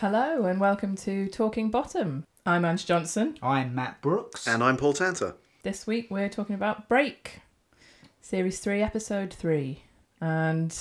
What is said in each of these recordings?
and welcome to Talking Bottom. I'm Ange Johnson. I'm Matt Brooks. And I'm Paul Tanter. This week we're talking about Break, Series 3, Episode 3. And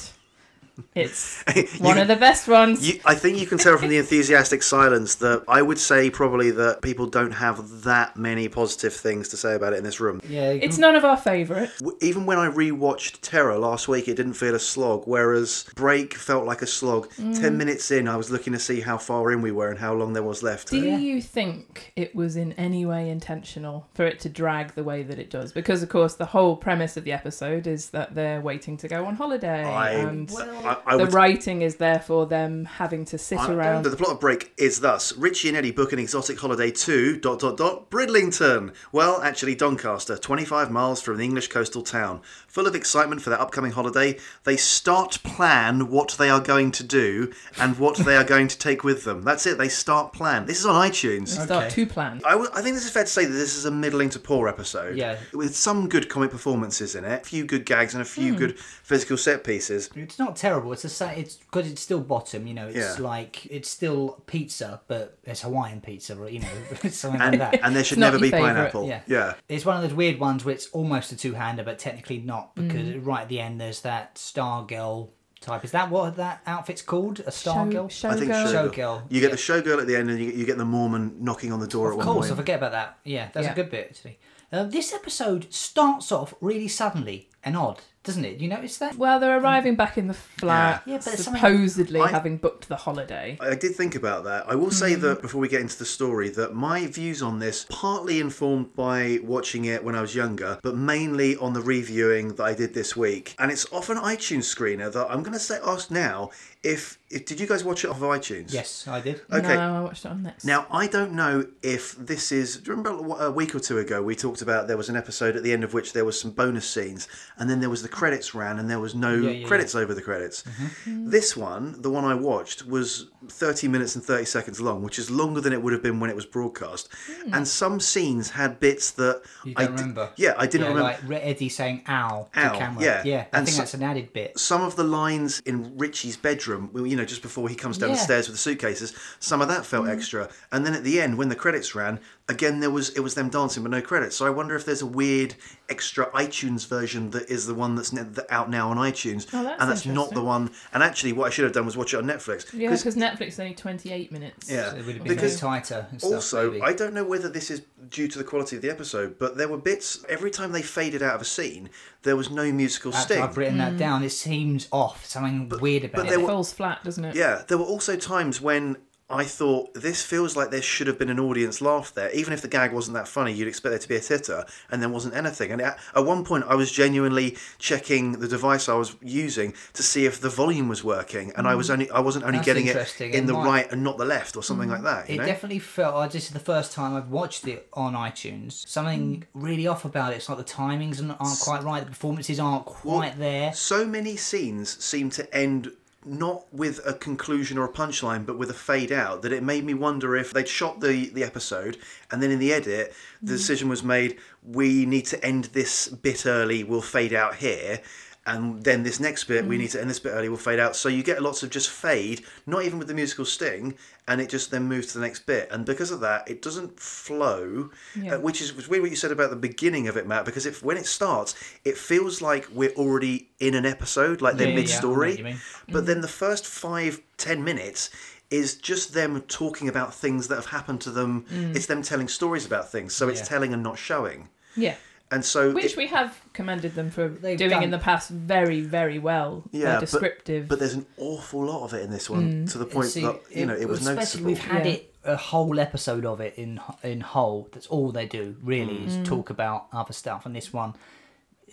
it's one You- of the best ones. You, I think you can tell from the enthusiastic silence that I would say probably that people don't have that many positive things to say about it in this room. yeah, you it's can- none of our favourite. W- Even when I rewatched Terror last week, it didn't feel a slog, whereas Break felt like a slog. Mm. Ten minutes in, I was looking to see how far in we were and how long there was left. Do you think it was in any way intentional for it to drag the way that it does? Because, of course, the whole premise of the episode is that they're waiting to go on holiday. I, and I, I the would writing is there for them having to um, sit I- around. The, the plot of Break is thus: Richie and Eddie book an exotic holiday to dot dot dot Bridlington. Well, actually Doncaster, 25 miles from the English coastal town. Full of excitement for their upcoming holiday, they start plan what they are going to do and what they are going to take with them. That's it. They start plan. This is on iTunes. Start Okay. to plan. I, w- I think this is fair to say that this is a middling to poor episode. Yeah. With some good comic performances in it, a few good gags, and a few Hmm. good physical set pieces. It's not terrible. It's a sa- it's because it's still bottom. You know, it's Yeah. like it's still pizza, but it's Hawaiian pizza, or you know, something And, like that. and there should not never your be favourite. pineapple. Yeah. yeah. It's one of those weird ones where it's almost a two-hander, but technically not Mm. because right at the end there's that star girl type. Is that what that outfit's called? A star girl? Show, I think showgirl. showgirl. Showgirl, You get the showgirl at the end, and you get, you get the Mormon knocking on the door at Of one course, I point. forget about that. Yeah, that's Yeah. a good bit actually. Uh, this episode starts off really suddenly and odd, doesn't it? You notice that? Well, they're arriving back in the flat, Yeah, but it's something- supposedly I- having booked the holiday. I did think about that. I will say that before we get into the story, that my views on this partly informed by watching it when I was younger, but mainly on the reviewing that I did this week. And it's off an iTunes screener that I'm going to say ask now if, if did you guys watch it off of iTunes? Yes, I did. Okay. No, I watched it on Next. Now, I don't know if this is. Do you remember a week or two ago we talked about there was an episode at the end of which there was some bonus scenes, and then there was the credits ran, and there was no Yeah, yeah, Mm-hmm. credits over the credits. This one, the one I watched, was 30 minutes and 30 seconds long, which is longer than it would have been when it was broadcast. And some scenes had bits that Hmm. You I don't di- remember? yeah, I didn't yeah, remember. Like Red Eddie saying "ow" to Ow, camera. yeah. yeah. I And think so- that's an added bit. some of the lines in Richie's bedroom, well, you know, just before he comes down the Yeah. stairs with the suitcases, some of that felt Mm-hmm. extra. And then at the end, when the credits ran, again there was it was them dancing but no credits. So I wonder if there's a weird extra iTunes version that is the one that's ne- that out now on iTunes, Oh, that's and that's not the interesting. one. And actually, what I should have done was watch it on Netflix. yeah, because Netflix only twenty-eight minutes. Yeah. It would have been Because- because tighter and stuff. Also, maybe. I don't know whether this is due to the quality of the episode, but there were bits every time they faded out of a scene, there was no musical That's- sting. I've written that down. It seems off. Something weird about but it. It there were- falls flat, doesn't it? Yeah, there were also times when I thought this feels like there should have been an audience laugh there, even if the gag wasn't that funny. You'd expect there to be a titter, and there wasn't anything. And at, at one point, I was genuinely checking the device I was using to see if the volume was working, and I was only I wasn't Mm. only That's getting it interesting. in It the might- Mm. right and not the left or something like that. You It know? definitely felt. I this is the first time I've watched it on iTunes. Something Hmm. really off about it. It's like the timings aren't aren't quite right. The performances aren't quite there. so many scenes seem to end not with a conclusion or a punchline but with a fade out that it made me wonder if they'd shot the the episode and then in the edit the decision was made we need to end this bit early we'll fade out here and then this next bit we need to end this bit early we'll fade out so you get lots of just fade not even with the musical sting and it just then moves to the next bit and because of that it doesn't flow Yeah. uh, which is was weird what you said about the beginning of it matt because if when it starts it feels like we're already in an episode like they're Yeah, yeah, yeah, I know what mid-story you mean. Mm. but then the first five ten minutes is just them talking about things that have happened to them it's them telling stories about things so it's Mm. Yeah. telling and not showing Yeah. and so Which it- we have commended them for They've doing done- in the past very, very well. They're Yeah, but- descriptive. but there's an awful lot of it in this one to the point Mm. See, that you know it was especially noticeable We've had Yeah. it a whole episode of it in in whole. That's all they do really Mm. is talk about other stuff. And this one,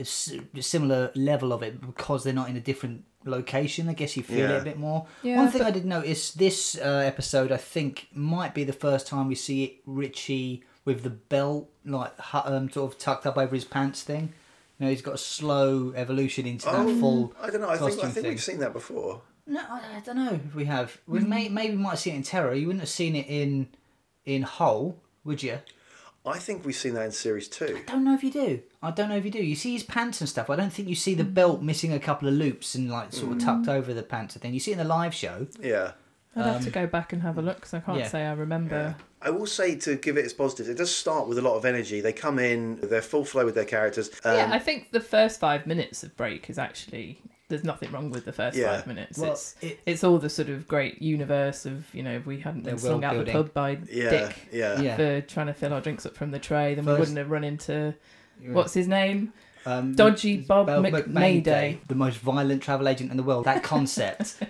is a similar level of it because they're not in a different location. I guess you feel Yeah. it a bit more. Yeah, one thing but- I did notice this uh, episode, I think, might be the first time we see it Richie with the belt like hu- um, sort of tucked up over his pants thing. You know, he's got a slow evolution into that Oh, full. i don't know i think, I costume think thing. we've seen that before No, I, I don't know if we have. We may, maybe might have seen it in Terror. You wouldn't have seen it in in Hole, would you? i think we've seen that in series two I don't know if you do. I don't know if you do. You see his pants and stuff. I don't think you see Hmm. the belt missing a couple of loops and like sort of tucked over the pants and thing. You see it in the live show. yeah I'd have to go back and have a look because I can't yeah. say I remember. I will say to give it its positives, it does start with a lot of energy. They come in, they're full flow with their characters. Um, yeah, I think the first five minutes of break is actually there's nothing wrong with the first Yeah. five minutes. Well, it's it- it's all the sort of great universe of you know if we hadn't been The slung out the world-building. pub by yeah, Dick yeah, Yeah. for trying to fill our drinks up from the tray, then we First- wouldn't have run into You're what's his name, Um, Dodgy Bob Bel- Mc- McMayday, Mayday. the most violent travel agent in the world. That concept,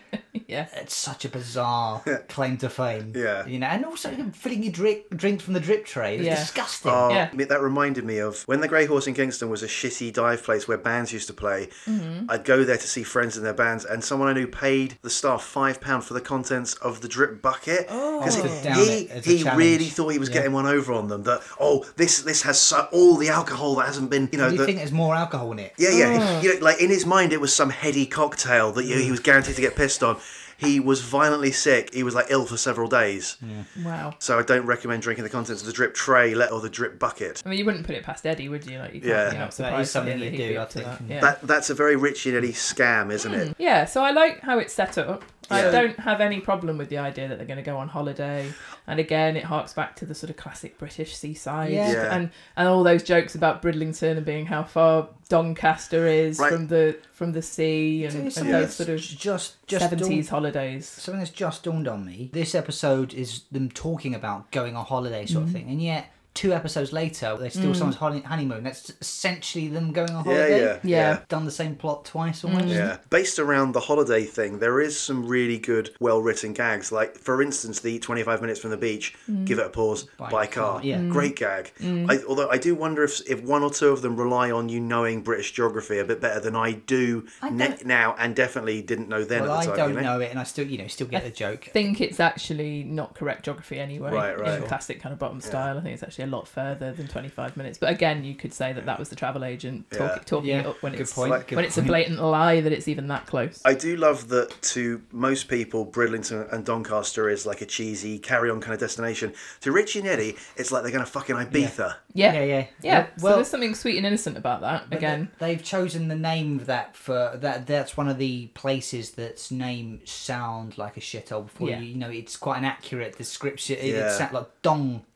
Yeah, it's such a bizarre claim to fame. Yeah. You know, and also filling your drink, drink from the drip tray. It's Yeah. disgusting. Oh, Yeah. me- that reminded me of when the Grey Horse in Kingston was a shitty dive place where bands used to play. Mm-hmm. I'd go there to see friends and their bands, and someone I knew paid the staff five pound for the contents of the drip bucket because Oh. To down he, it as a he challenge. really thought he was Yeah. getting one over on them. That oh, this this has so, all the alcohol that hasn't been you know Do you that- think there's more alcohol in it? Yeah, yeah. You know, like in his mind, it was some heady cocktail that you, he was guaranteed to get pissed on. He was violently sick. He was like ill for several days. wow. So I don't recommend drinking the contents of the drip tray, let or the drip bucket. I mean, you wouldn't put it past Eddie, would you? Like, you can't, Yeah. you're That not is surprised something that you he'd be do, up I to think. that. Yeah. Mm. That that's a very Richie and Eddie scam, isn't it? Yeah, so I like how it's set up. Yeah. I don't have any problem with the idea that they're going to go on holiday. And again, it harks back to the sort of classic British seaside Yeah. Yeah. and and all those jokes about Bridlington and being how far Doncaster is Right. from the from the sea and, and Something those that's sort of just just seventies dawned, holidays. something that's just dawned on me. This episode is them talking about going on holiday sort of Mm-hmm. thing, and yet two episodes later, they're Mm. still someone's honey- honeymoon. That's essentially them going on Yeah, holiday. yeah, Yeah. yeah. Done the same plot twice Mm. almost. Yeah. Based around the holiday thing, there is some really good, well written gags. Like, for instance, the 25 minutes from the beach, give it a pause, by, car. Mm. car, yeah. Mm. Great gag. I, although I do wonder if, if one or two of them rely on you knowing British geography a bit better than I do I ne- don't- now and definitely didn't know then Well, at I the time. don't you know? know it, and I still, you know, still get the joke. think it's actually not correct geography anyway Right, right. in classic kind of bottom style. I think it's actually a lot further than 25 minutes. But again, you could say that that was the travel agent talk, Yeah. talking Yeah, it up when good it's point, when good it's a point. blatant lie that it's even that close. I do love that to most people, Bridlington and Doncaster is like a cheesy carry on kind of destination. To Richie and Eddie, it's like they're going to fucking Ibiza. Yeah, Yeah, yeah. yeah. Well- so there's something sweet and innocent about that. But Again, they- they've chosen the name of that for that. That's one of the places that's name sound like a shithole. Before Yeah. you, you know, it's quite an accurate description. It, Yeah. it sounds like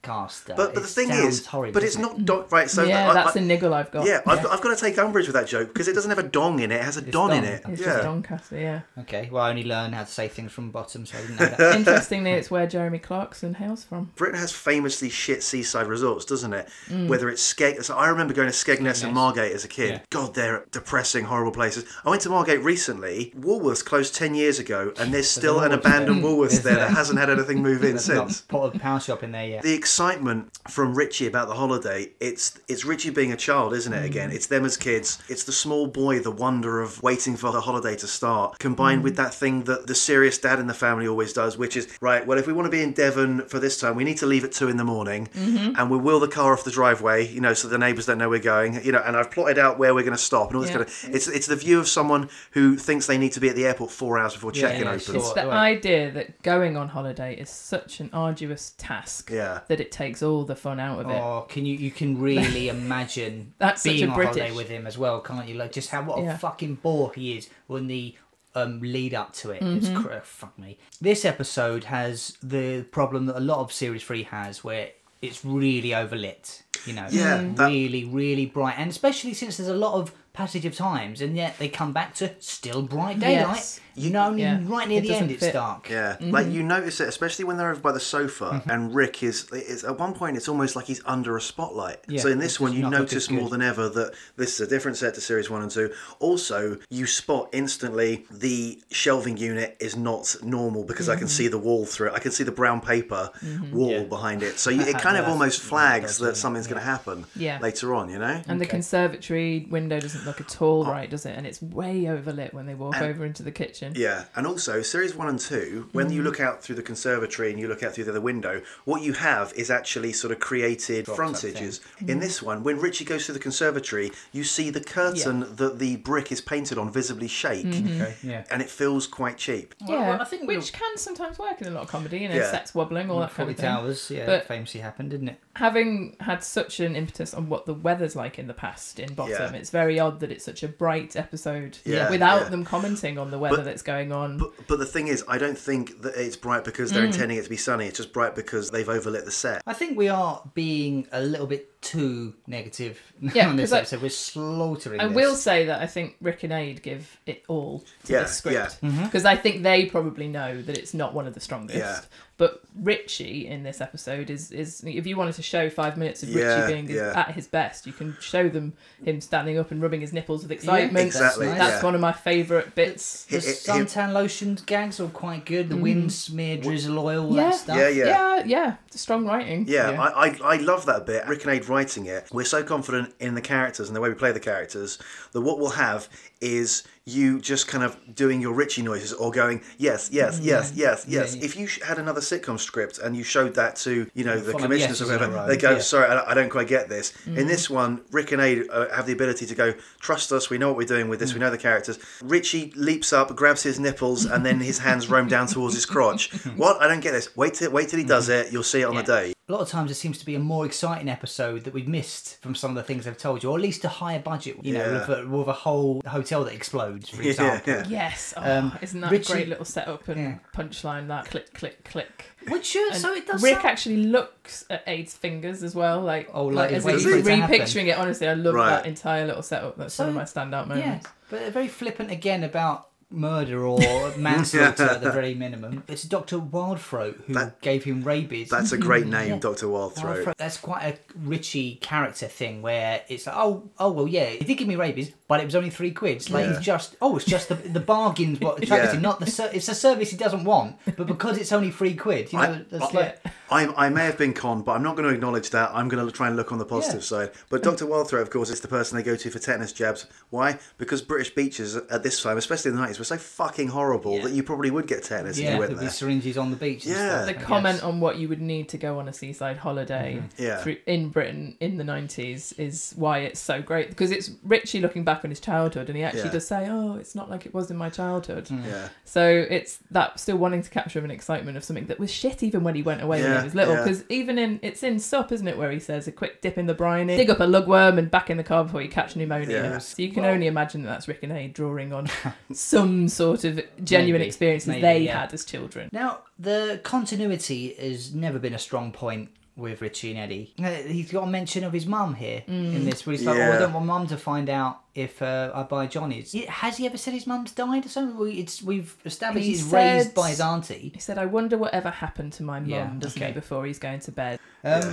Doncaster. But, but the It thing sounds is, horrid, but it's doesn't it? not Don. Right, so yeah, I- I- that's a niggle I've got. Yeah, I've, I've got to take umbrage with that joke because it doesn't have a dong in it; it has a don, in dong. it. It's just yeah, Doncaster, yeah. Okay, well, I only learn how to say things from bottom, so I didn't know that. Interestingly, it's where Jeremy Clarkson hails from. Britain has famously shit seaside resorts, doesn't it? Whether it's Skeg, so I remember going to Skegness and Margate as a kid. Yeah. God, they're depressing, horrible places. I went to Margate recently. Woolworths closed ten years ago, and there's still an Woolworths abandoned there. Woolworths Is there that there? hasn't had anything move in There's not since. put a power shop in there yet. the excitement from Richie about the holiday, it's it's Richie being a child, isn't Mm. it? Again, it's them as kids. It's the small boy, the wonder of waiting for the holiday to start, Mm. combined with that thing that the serious dad in the family always does, which is right. Well, if we want to be in Devon for this time, we need to leave at two in the morning, Mm-hmm. and we wheel the car off the driveway, you know, so the neighbours don't know we're going, you know. And I've plotted out where we're going to stop and all this Yeah. kind of. It's it's the view of someone who thinks they need to be at the airport four hours before check-in yeah, opens. It's sure. the Right. idea that going on holiday is such an arduous task Yeah. that it takes all the fun out of it. Oh, can you? You can really imagine That's such being a on holiday British- with him as well, can't you? Like just how what Yeah. a fucking bore he is when the um, lead up to it. It's Mm-hmm. cr- oh, fuck me. This episode has the problem that a lot of series three has, where it's really overlit. You know, Yeah, Mm-hmm. Mm. that- really, really bright, and especially since there's a lot of passage of times, and yet they come back to still bright daylight. Yes. You know, only Yeah. right near It the end, doesn't it's fit. dark. Yeah, like Mm-hmm. you notice it, especially when they're over by the sofa, and Rick is, is at one point it's almost like he's under a spotlight. Yeah, so in it's this one, you not looking notice more good. than ever that this is a different set to series one and two. Also, you spot instantly the shelving unit is not normal because I Mm-hmm. can see the wall through it. I can see the brown paper wall Yeah. behind it. So you, it Yeah, kind of Mm-hmm. that's- almost yeah, flags that's that right. something's going to happen Yeah. later on. You know. And the Okay. conservatory window doesn't look at all right, does it? And it's way overlit when they walk Oh. And- over into the kitchen. Yeah, and also series one and two, when you look out through the conservatory and you look out through the other window, what you have is actually sort of created frontages. In this one, when Richie goes through the conservatory, you see the curtain that the brick is painted on visibly shake, Okay, Mm. yeah. and it feels quite cheap. Well, Yeah, I think which can sometimes work in a lot of comedy, you know, Yeah. sets wobbling, all that kind Forty of thing. Towers, yeah, But- famously happened, didn't it? having had such an impetus on what the weather's like in the past in Bottom, Yeah. it's very odd that it's such a bright episode Yeah, without yeah. them commenting on the weather that's going on. But, but the thing is, I don't think that it's bright because they're intending it to be sunny. It's just bright because they've overlit the set. I think we are being a little bit too negative Yeah, on this 'cause I- episode. We're slaughtering. I this. will say that I think Rick and Aid give it all to Yeah, this script Mm-hmm. because I think they probably know that it's not one of the strongest. Yeah. But Richie in this episode is is if you wanted to show five minutes of Yeah, Richie being his- yeah. at his best, you can show them him standing up and rubbing his nipples with excitement. Exactly, nice. That's yeah. one of my favourite bits. The It- it- it- suntan lotion gags are quite good. The wind smear, drizzle oil, all Mm. Yeah. that stuff. Yeah, yeah. Yeah, yeah, it's strong writing. Yeah, Yeah. I, I I love that bit. Rick and Aid writing it. We're so confident in the characters and the way we play the characters that what we'll have is you just kind of doing your Richie noises or going yes, yes, yes, yes, yes. yeah. If you sh- had another sitcom script and you showed that to you know the Follow commissioners or yeses in a whatever, row, they go yeah. Mm-hmm. sorry, I, I don't quite get this. In this one, Rick and Aid uh, have the ability to go trust us. We know what we're doing with this. Mm. We know the characters. Richie leaps up, grabs his nipples, and then his hands roam down towards his crotch. what? I don't get this. Wait till wait till he does Mm-hmm. it. You'll see it on the Yeah. day. A lot of times, it seems to be a more exciting episode that we've missed from some of the things they've told you, or at least a higher budget. You know, Yeah. with a, with a whole hotel that explodes, for example. yeah. Yes, oh, isn't that Um, Richie- a great little setup and Yeah. punchline? That click, click, click. Which sure, so it does. Rick sound- actually looks at Aid's fingers as well, like Oh, like as he's he's waiting for it to repicturing it. Honestly, I love Right. that entire little setup. That's one of So- my standout Yeah, moments. but they're very flippant again about murder or manslaughter at the very minimum. It's Dr. Wildthroat who That- gave him rabies. That's a great name, Mm-hmm. Yeah. Dr. Wildthroat. Wildthroat. That's quite a Richie character thing where it's like, oh, oh well, yeah, he did give me rabies, but it was only three quid. It's Like Yeah. it's just, oh, it's just the, the bargain's what attracted Yeah. him, not the ser- it's a service he doesn't want, but because it's only three quid, you know, I- that's I- like I, I may have been conned, but I'm not going to acknowledge that. I'm going to try and look on the positive side. But Dr. Wildthroat, of course, is the person they go to for tetanus jabs. Why? Because British beaches at this time, especially in the 90s, were so fucking horrible that you probably would get tetanus if yeah, you with went the there. syringes on the beach. and Yeah. stuff, The I guess. comment on what you would need to go on a seaside holiday Mm-hmm. Yeah. through, in Britain in the 90s is why it's so great because it's Richie looking back on his childhood and he actually Yeah. does say, Oh, it's not like it was in my childhood. Mm. Yeah. So it's that still wanting to capture him an excitement of something that was shit even when he went away when Yeah, he was little. yeah. Because even in it's in Sup, isn't it, where he says a quick dip in the briny, dig up a lugworm, and back in the car before you catch pneumonia. Yeah. So you can only imagine that that's Rick and Aid drawing on some sort of genuine Maybe, experiences maybe, they yeah. had as children. Now, the continuity has never been a strong point with Richie and Eddie. Uh, He's got a mention of his mum here Mm. in this, where he's like, "Oh, I Yeah. don't want mum to find out if uh, I buy Johnny's." He- Has he ever said his mum's died or something? We, it's we've established He he's said- raised by his auntie. He said, I wonder whatever happened to my mum, Yeah, doesn't okay. he, before he's going to bed. Um,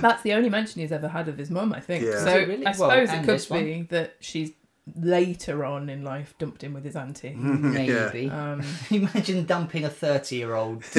That's the only mention he's ever had of his mum, I think. Yeah. So Is it really? I Well, suppose and it this could one. be that she's later on in life dumped him with his auntie. Mm-hmm. Maybe. Um, Imagine dumping a thirty-year-old.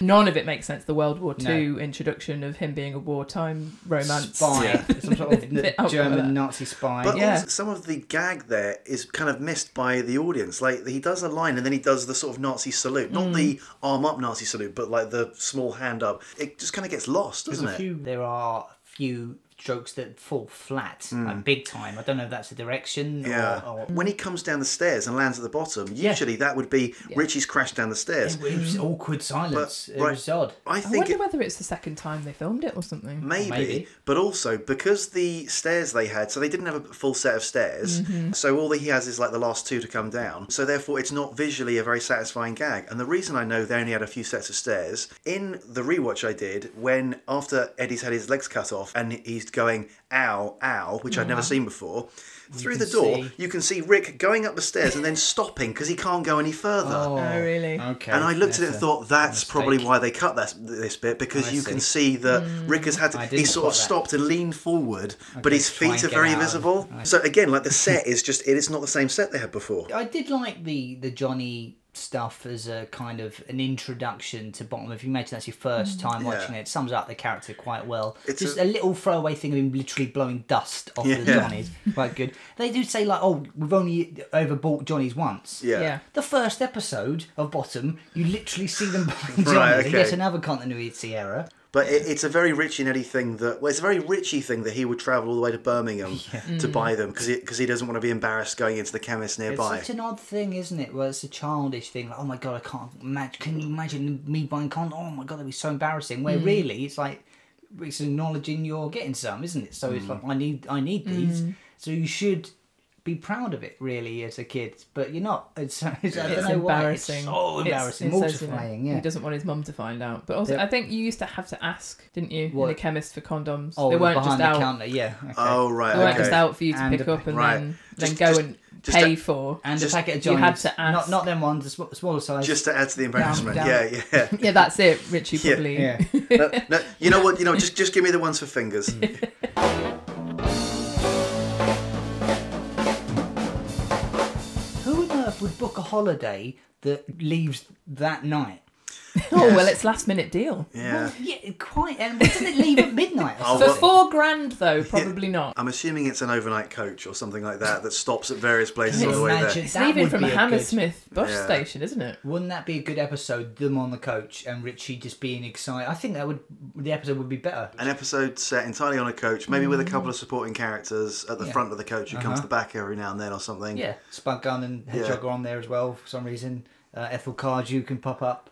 None of it makes sense. The World War No. II introduction of him being a wartime romance. spy, some sort of Bit out there. German Nazi spy. But Yeah. also, some of the gag there is kind of missed by the audience. Like he does a line and then he does the sort of Nazi salute, not Mm. the arm up Nazi salute, but like the small hand up. It just kind of gets lost, doesn't There's it? a few- There are a few jokes that fall flat, like big time. I don't know if that's the direction Hmm. Yeah. or, or When he comes down the stairs and lands at the bottom, Oh, Yeah. usually that would be Richie's crashed down the stairs. It was awkward silence. But- it right. was odd. I I think wonder it, whether it's the second time they filmed it or something. maybe, maybe. but also because the stairs they had, so they didn't have a full set of stairs. So all that he has is like the last two to come down. So therefore, it's not visually a very satisfying gag. And the reason I know they only had a few sets of stairs in the rewatch I did when after Eddie's had his legs cut off and he's going ow ow, which I'd never seen before. Through the can door, see- you can see Rick going up the stairs and then stopping because he can't go any further. Oh, really? Okay. And I looked that's at it and a- thought that's mistake. probably why they cut that, this bit because I you see. can see that Mm. Rick has had to, I he didn't sort spot of that. stopped and leaned forward, but Okay, his try feet and are get very out of- visible. So again, like the set is just it is not the same set they had before. I did like the the Johnny stuff as a kind of an introduction to Bottom. If you imagine that's your first Hmm. time watching it, it sums up the character quite well. It's Just a- a... little throwaway thing of him literally blowing dust off the Yeah. Johnnies. Quite good. They do say like, oh, we've only overbought Johnnies once. Yeah. Yeah. The first episode of Bottom, you literally see them buying Johnnies. Right, And okay. Yes, another continuity error. But it, it's a very Richie and Eddie thing that well, it's a very Richie thing that he would travel all the way to Birmingham to buy them because because he, doesn't want to be embarrassed going into the chemist nearby. Mm. It's such an odd thing, isn't it? Where it's a childish thing. Like, oh my Mm. god, I can't imagine. Can you imagine me buying con? Oh my god, that'd be so embarrassing. Where really, it's like it's acknowledging you're getting some, isn't it? So it's Mm. like I need I need these. Mm. So you should be proud of it really as a kid, but you're not. It's, it's, I don't It's know why. It's embarrassing. so embarrassing, It's- it says, you know, mortifying. yeah. He doesn't want his mum to find out. But also, Yeah. I think you used to have to ask, didn't you, in What? the chemist for condoms? Oh, they the weren't behind just the out. counter, yeah. okay. Oh right, They weren't just okay. out for you to And pick a- up and Right. then, Just- then go just- and just pay a- for. and Just- a packet of you Johnny's. had to ask. Not, not them ones, the sm- smaller size. Just to add to the embarrassment. down. Yeah, yeah. Yeah, that's it, Richie. Yeah. Probably. yeah. No, no, you know what? You know, just just give me the ones for fingers. Who on earth would book a holiday that leaves that night? Oh, Oh well, Yes. it's last minute deal. Yeah. Yeah, quite. And doesn't it leave at midnight? For Or Oh, well- something? four grand though, probably not. I'm assuming it's an overnight coach or something like that that stops at various places on the way Imagine there. It's that leaving would from be a good- Hammersmith bus Yeah. station, isn't it? Wouldn't that be a good episode? Them on the coach and Richie just being excited. I think that would the episode would be better. An episode set entirely on a coach, maybe with a couple of supporting characters at the Yeah. front of the coach who comes Uh-huh. to the back every now and then or something. Yeah, Spud Gun and Hedgehog are on there as well for some reason. Uh, Ethel Cardew can pop up.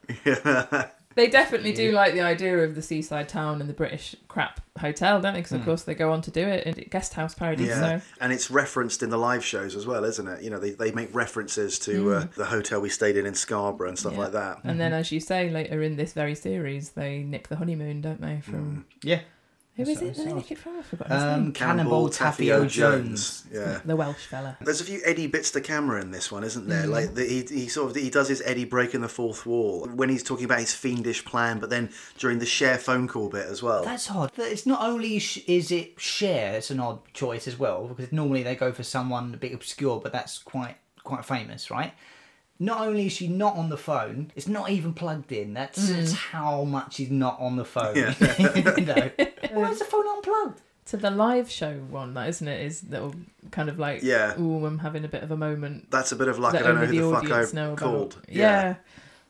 They definitely do like the idea of the seaside town and the British crap hotel, don't they? Because of course they go on to do it in guest house parodies. Hmm. Yeah, So and it's referenced in the live shows as well, isn't it? You know, they, they make references to Mm. uh, the hotel we stayed in in Scarborough and stuff Yeah. like Uh, that. And then, as you say, later in this very series, they nick the honeymoon, don't they? Mm. From Yeah, who is That's it? that They right. nick it from. I forgot his um, name. Cannonball Taffio Jones. Yeah. The Welsh fella. There's a few Eddie bits to camera in this one, isn't there? Mm. Like the, he, he sort of he does his Eddie breaking the fourth wall when he's talking about his fiendish plan, but then during the share phone call bit as well. That's odd. That It's not only sh- is it share. It's an odd choice as well because normally they go for someone a bit obscure, but that's quite quite famous, right? Not only is she not on the phone, it's not even plugged in. That's, Mm. that's how much she's not on the phone. Yeah. you know? Why is the phone unplugged? To the live show one, that isn't it? Is little kind of like, Yeah. ooh, I'm having a bit of a moment. That's a bit of luck. I that don't know only who the the, fuck I audience know about. called. Yeah.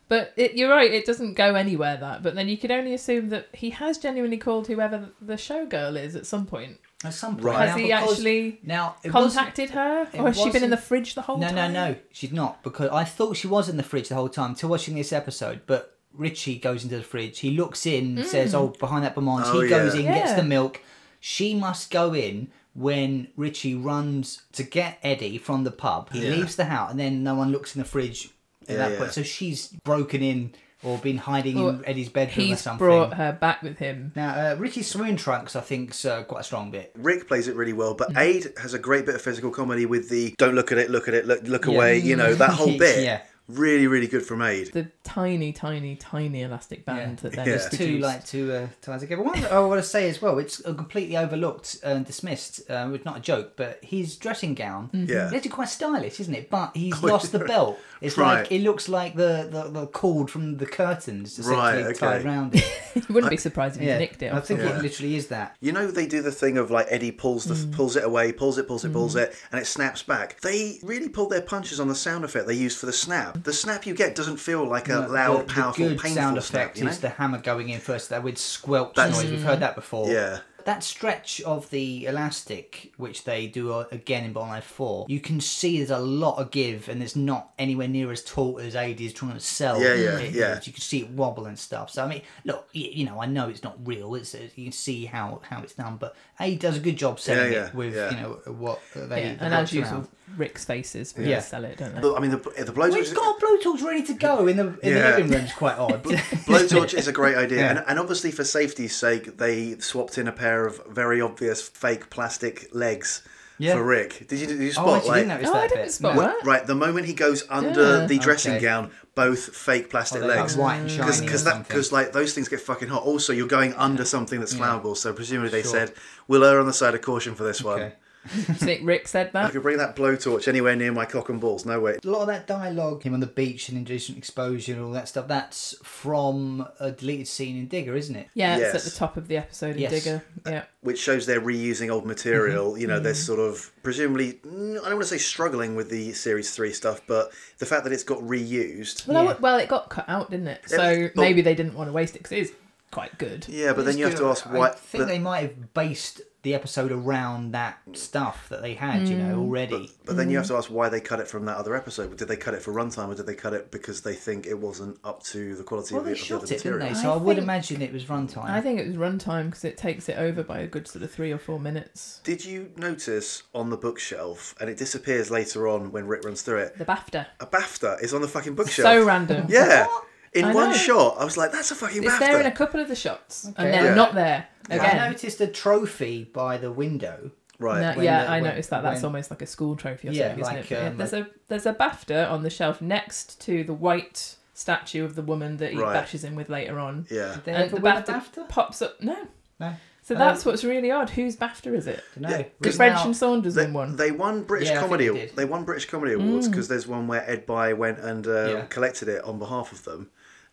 But it, you're right, it doesn't go anywhere that. But then you could only assume that he has genuinely called whoever the showgirl is at some point. At some point, Right. Has he because- actually now it wasn't- Contacted her? it Or has she been in wasn't- the fridge the whole No, no, time? no. She's not because I thought she was in the fridge the whole time till watching this episode. But Richie goes into the fridge. He looks in, says, "Oh, behind that Bermond." Oh, he goes yeah. in, Mm. gets Yeah. the milk. She must go in when Richie runs to get Eddie from the pub. He Yeah. leaves the house, and then no one looks in the fridge at Yeah, that yeah. point. So she's broken in or been hiding Or in Eddie's bedroom or He's something. brought her back with him. now, uh, Richie's swoon trunks, I think's uh, quite a strong bit. Rick plays it really well, but Mm-hmm. Aid has a great bit of physical comedy with the "don't look at it, look at it, look look away." You know that whole bit. Yeah. Really, really good from Aid. The tiny, tiny, tiny elastic band that then Yeah. is There's two produced. like two uh, ties together. One I want to say as well, it's uh, completely overlooked and dismissed. Um, it's not a joke, but his dressing gown Mm-hmm. Yeah. is actually quite stylish, isn't it? But he's Oh, lost the belt. It's Right. like it looks like the, the, the cord from the curtains essentially Right, okay. tied around it. You wouldn't be surprised if Yeah, he nicked it. I or think something. it literally is that. You know they do the thing of like Eddie pulls the Mm. pulls it away, pulls it, pulls it, pulls it, and it snaps back. They really pull their punches on the sound effect they use for the snap. The snap you get doesn't feel like a The- loud, the powerful, good painful sound snap. effect you know? is the hammer going in first. That with squelch That's- noise, we've heard that before. Yeah. That stretch of the elastic, which they do uh, again in Bond Life 4, you can see there's a lot of give and it's not anywhere near as taut as AD is trying to sell. Yeah, yeah, it yeah. is. You can see it wobble and stuff. So, I mean, look, y- you know, I know it's not real. It's uh, You can see how, how it's done, but AD does a good job selling Yeah, yeah, it with, yeah. you know, what they. Yeah, they and as worked usual, around. Rick's faces Yeah. really sell it, don't they? But, I mean, the, the blowtorch. We've is- got a blowtorch ready to go in the, in Yeah. the living room. It's quite odd. Blowtorch is a great idea, Yeah. and, and obviously for safety's sake, they swapped in a pair of very obvious fake plastic legs Yeah. for Rick. Did you, did you spot Oh, I actually like didn't notice Oh, that I didn't bit. spot No. that. right the moment he goes under Yeah. the dressing Okay. gown, both fake Oh, plastic they're, like, legs. white and shiny or because that something. because like those things get fucking hot. Also, you're going under something that's flammable, so presumably they Sure. said we'll err on the side of caution for this one. Okay. Do you think Rick said I that? could bring that blowtorch anywhere near my cock and balls. No way. a lot of that dialogue, him on the beach and indecent exposure and all that stuff, that's from a deleted scene in Digger, isn't it? Yeah, it's Yes. at the top of the episode of Yes. Digger. Yeah. Which shows they're reusing old Mm-hmm. material. You know, they're sort of presumably mm, I don't want to say struggling with the series three stuff, but the fact that it's got reused. Well, I Yeah. w- well, it got cut out, didn't it? So but- maybe they didn't want to waste it because it is quite good. Yeah, but then you have to ask I why. think But, they might have based the episode around that stuff that they had, you Hmm. know, already. but then you Mm-hmm. have to ask why they cut it from that other episode. Did they cut it for runtime, or did they cut it because they think it wasn't up to the quality well, of, the, they of the shot other it, didn't material? they? So I, I would think- imagine it was runtime. I think it was runtime because it takes it over by a good sort of three or four minutes. Did you notice on the bookshelf, and it disappears later on when Rick runs through it? The BAFTA. A BAFTA is on the fucking bookshelf. So random. Yeah. In I one know. shot, I was like, "That's a fucking It's BAFTA." there in a couple of the shots Okay. and then Yeah. not there I again. noticed a trophy by the window. right. No, when yeah, the- I when- noticed that. That's when- almost like a school trophy or Yeah, something, isn't like, it? But yeah, um, there's a there's a BAFTA on the shelf next to the white statue of the woman that he Right. bashes in with later on. Yeah. Did they And ever the win a BAFTA, BAFTA? pops up. No. No. So Oh. that's what's really odd. Whose BAFTA is it? Dunno. Yeah, It Because was French now- and Saunders They, in one. they won British Yeah, I think comedy. they did. Mm. They won British comedy awards because there's one where Ed By went and uh, Yeah. collected it on behalf of them.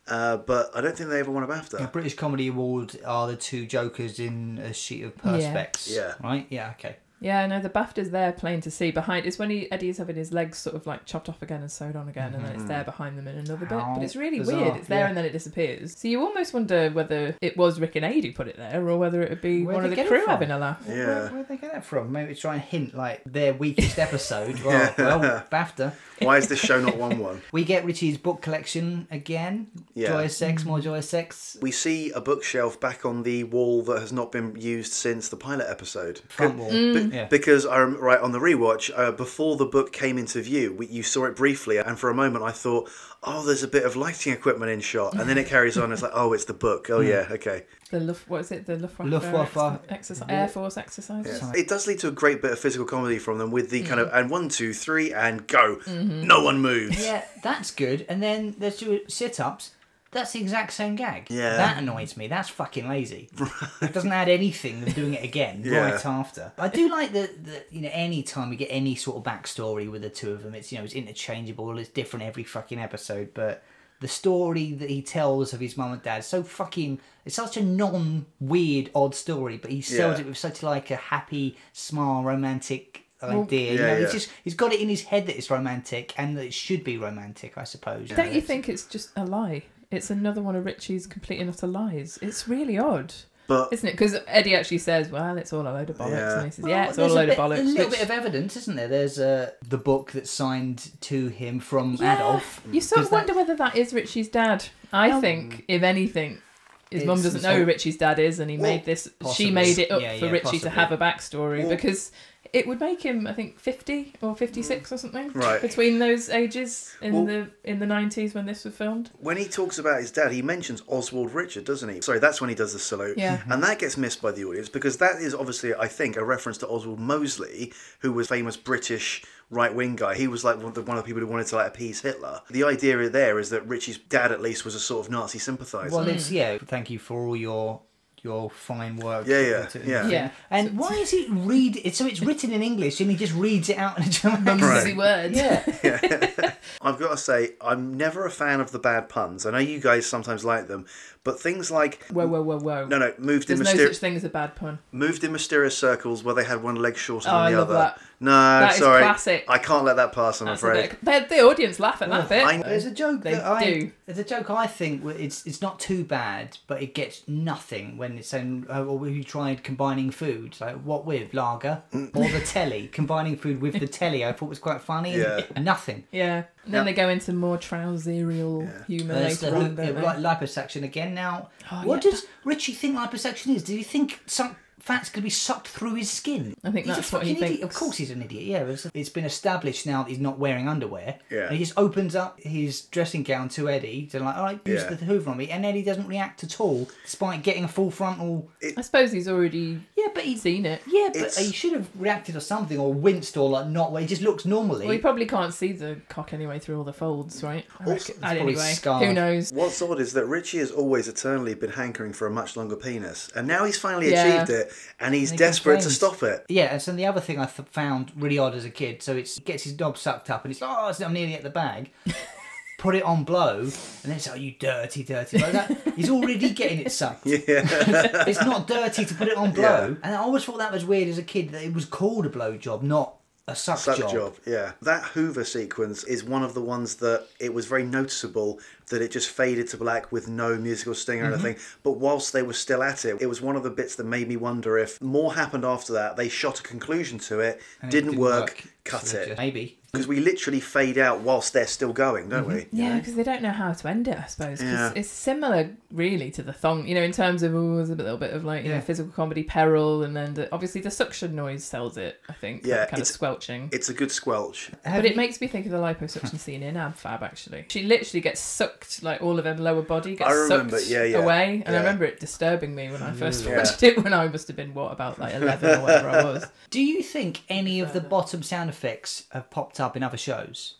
Uh, but I don't think they ever won a BAFTA. The British Comedy Award are the two jokers in a sheet of perspex. Yeah. Right? Yeah, okay. Yeah, no, the BAFTA's there plain to see behind. It's when he, Eddie's having his legs sort of like chopped off again and sewed on again, and then it's there behind them in another bit. Mm-hmm. How But it's really bizarre, weird. It's there yeah. and then it disappears. So you almost wonder whether it was Rick and Aid who put it there, or whether it would be Where'd one they of the get it crew from? having a laugh. Well, Yeah. Where, where'd they get that from? Maybe try and hint like their weakest episode. Well, well, BAFTA. Why is this show not won one? We get Richie's book collection again. Yeah. Mm. Joyous sex, more joyous sex. We see a bookshelf back on the wall that has not been used since the pilot episode. Front wall. Be- Yeah. Because I rem- right on the rewatch uh, before the book came into view, we, you saw it briefly, and for a moment I thought, "Oh, there's a bit of lighting equipment in shot," and then it carries on. It's like, "Oh, it's the book. Mm. Oh yeah, okay." The Luft, what is it? The Luftwaffe, Luftwaffe. exercise, Air Force exercise. It does lead to a great bit of physical comedy from them with the kind of and one, two, three, and go. No one moves. Mm. Mm-hmm. Yeah, that's good. And then there's two sit ups. That's the exact same gag. Yeah. That annoys me. That's fucking lazy. it doesn't add anything than doing it again Yeah. right after. I do like that, that, you know, any time we get any sort of backstory with the two of them, it's, you know, it's interchangeable, it's different every fucking episode, but the story that he tells of his mum and dad is so fucking it's such a non weird odd story but he sells Yeah. it with such like a happy smile romantic idea Yeah, you know yeah. it's just he's got it in his head that it's romantic and that it should be romantic, I suppose. Don't you think it's just a lie? It's another one of Richie's complete and utter lies. It's really odd. But Isn't it? Because Eddie actually says, "Well, it's all a load of bollocks," Yeah. and he says, Well, "Yeah, it's all there's a load bit, of bollocks." A little which- bit of evidence, isn't there? There's uh, the book that's signed to him from Yeah. Adolf. Mm. You sort Does of that- wonder whether that is Richie's dad. I Um, think, if anything, his It's mum doesn't some know who sort- Richie's dad is, and he Well, made this. possibly. She made it up Yeah, for yeah, Richie possibly. to have a backstory Well- because it would make him, I think, fifty or fifty-six or something Right. between those ages in Well- the in the nineties when this was filmed. when he talks about his dad, he mentions Oswald Richard, doesn't he? Sorry, that's when he does the salute. Yeah. And that gets missed by the audience because that is obviously, I think, a reference to Oswald Mosley, who was famous British right wing guy. He was like one of the one of the people who wanted to like appease Hitler. The idea there is that Richie's dad, at least, was a sort of Nazi sympathiser. Well, it's yeah. Thank you for all your your fine work. Yeah, yeah, To- yeah. Yeah. And why is it read? It's so it's written in English, and he just reads it out in a German. Right. Fuzzy words. Yeah. I've got to say, I'm never a fan of the bad puns. I know you guys sometimes like them, but things like Whoa, whoa, whoa, whoa. no, no, moved in There's no mysterious. such thing as a bad pun. moved in mysterious circles where they had one leg shorter Oh, than I the love other. that. No, is sorry, classic. I can't let that pass. I'm That's a afraid. bit, the, the audience laugh at that bit. I- There's a joke They that I do. there's a joke I think where it's it's not too bad, but it gets nothing when it's saying uh, well we tried combining food like what with lager Mm. or the telly combining food with the telly I thought was quite funny. Yeah. and nothing. yeah. And then Now- they go into more trouserial humour Uh, it's later the- on. yeah, don't they? like liposuction again. Now, Oh, what yeah. does Richie think liposuction is? Do you think some fat's going to be sucked through his skin? I think he's that's a what he fucking idiot. thinks. Of course, he's an idiot. Yeah, it's, it's been established now that he's not wearing underwear. Yeah. and he just opens up his dressing gown to Eddie. to like, all right, use Yeah. the Hoover on me, and Eddie doesn't react at all, despite getting a full frontal. I suppose he's already Yeah, but he's. seen it. Yeah, but It's- he should have reacted or something, or winced, or like not. Where he just looks normally. Well, you probably can't see the cock anyway through all the folds, right? I Also, reckon- it's I- probably anyway, scarred. who knows? What's odd is that Richie has always eternally been hankering for a much longer penis, and now he's finally Yeah. achieved it, and he's And he desperate to complains. stop it. Yeah, and so the other thing I th- found really odd as a kid, so it's, it gets his knob sucked up and it's like, oh, it's- I'm nearly at the bag. Put it on blow, and then it's like, you dirty, dirty. Like that, he's already getting it sucked. it's not dirty to put it on blow. And I always thought that was weird as a kid that it was called a blow job, not a suck, Suck job. yeah. That Hoover sequence is one of the ones that it was very noticeable that it just faded to black with no musical sting or anything. But whilst they were still at it, it was one of the bits that made me wonder if more happened after that. They shot a conclusion to it, And it didn't, work, cut So it. just- Maybe. Because we literally fade out whilst they're still going, don't we? Yeah, because they don't know how to end it, I suppose. 'cause Yeah. it's similar, really, to the thong, you know, in terms of, oh, there's a little bit of like, you Yeah. know, physical comedy peril, and then the, obviously the suction noise sells it, I think. Yeah, Yeah. Kind of it's- squelching. It's a good squelch. but it makes me think of the liposuction scene in AmFab, actually. She literally gets sucked, like all of her lower body gets I remember, sucked yeah, yeah, away. And I yeah. remember it disturbing me when I first Yeah. watched it, when I must have been, what, about like 11 or whatever I was. Do you think any of the bottom sound effects have popped up in other shows?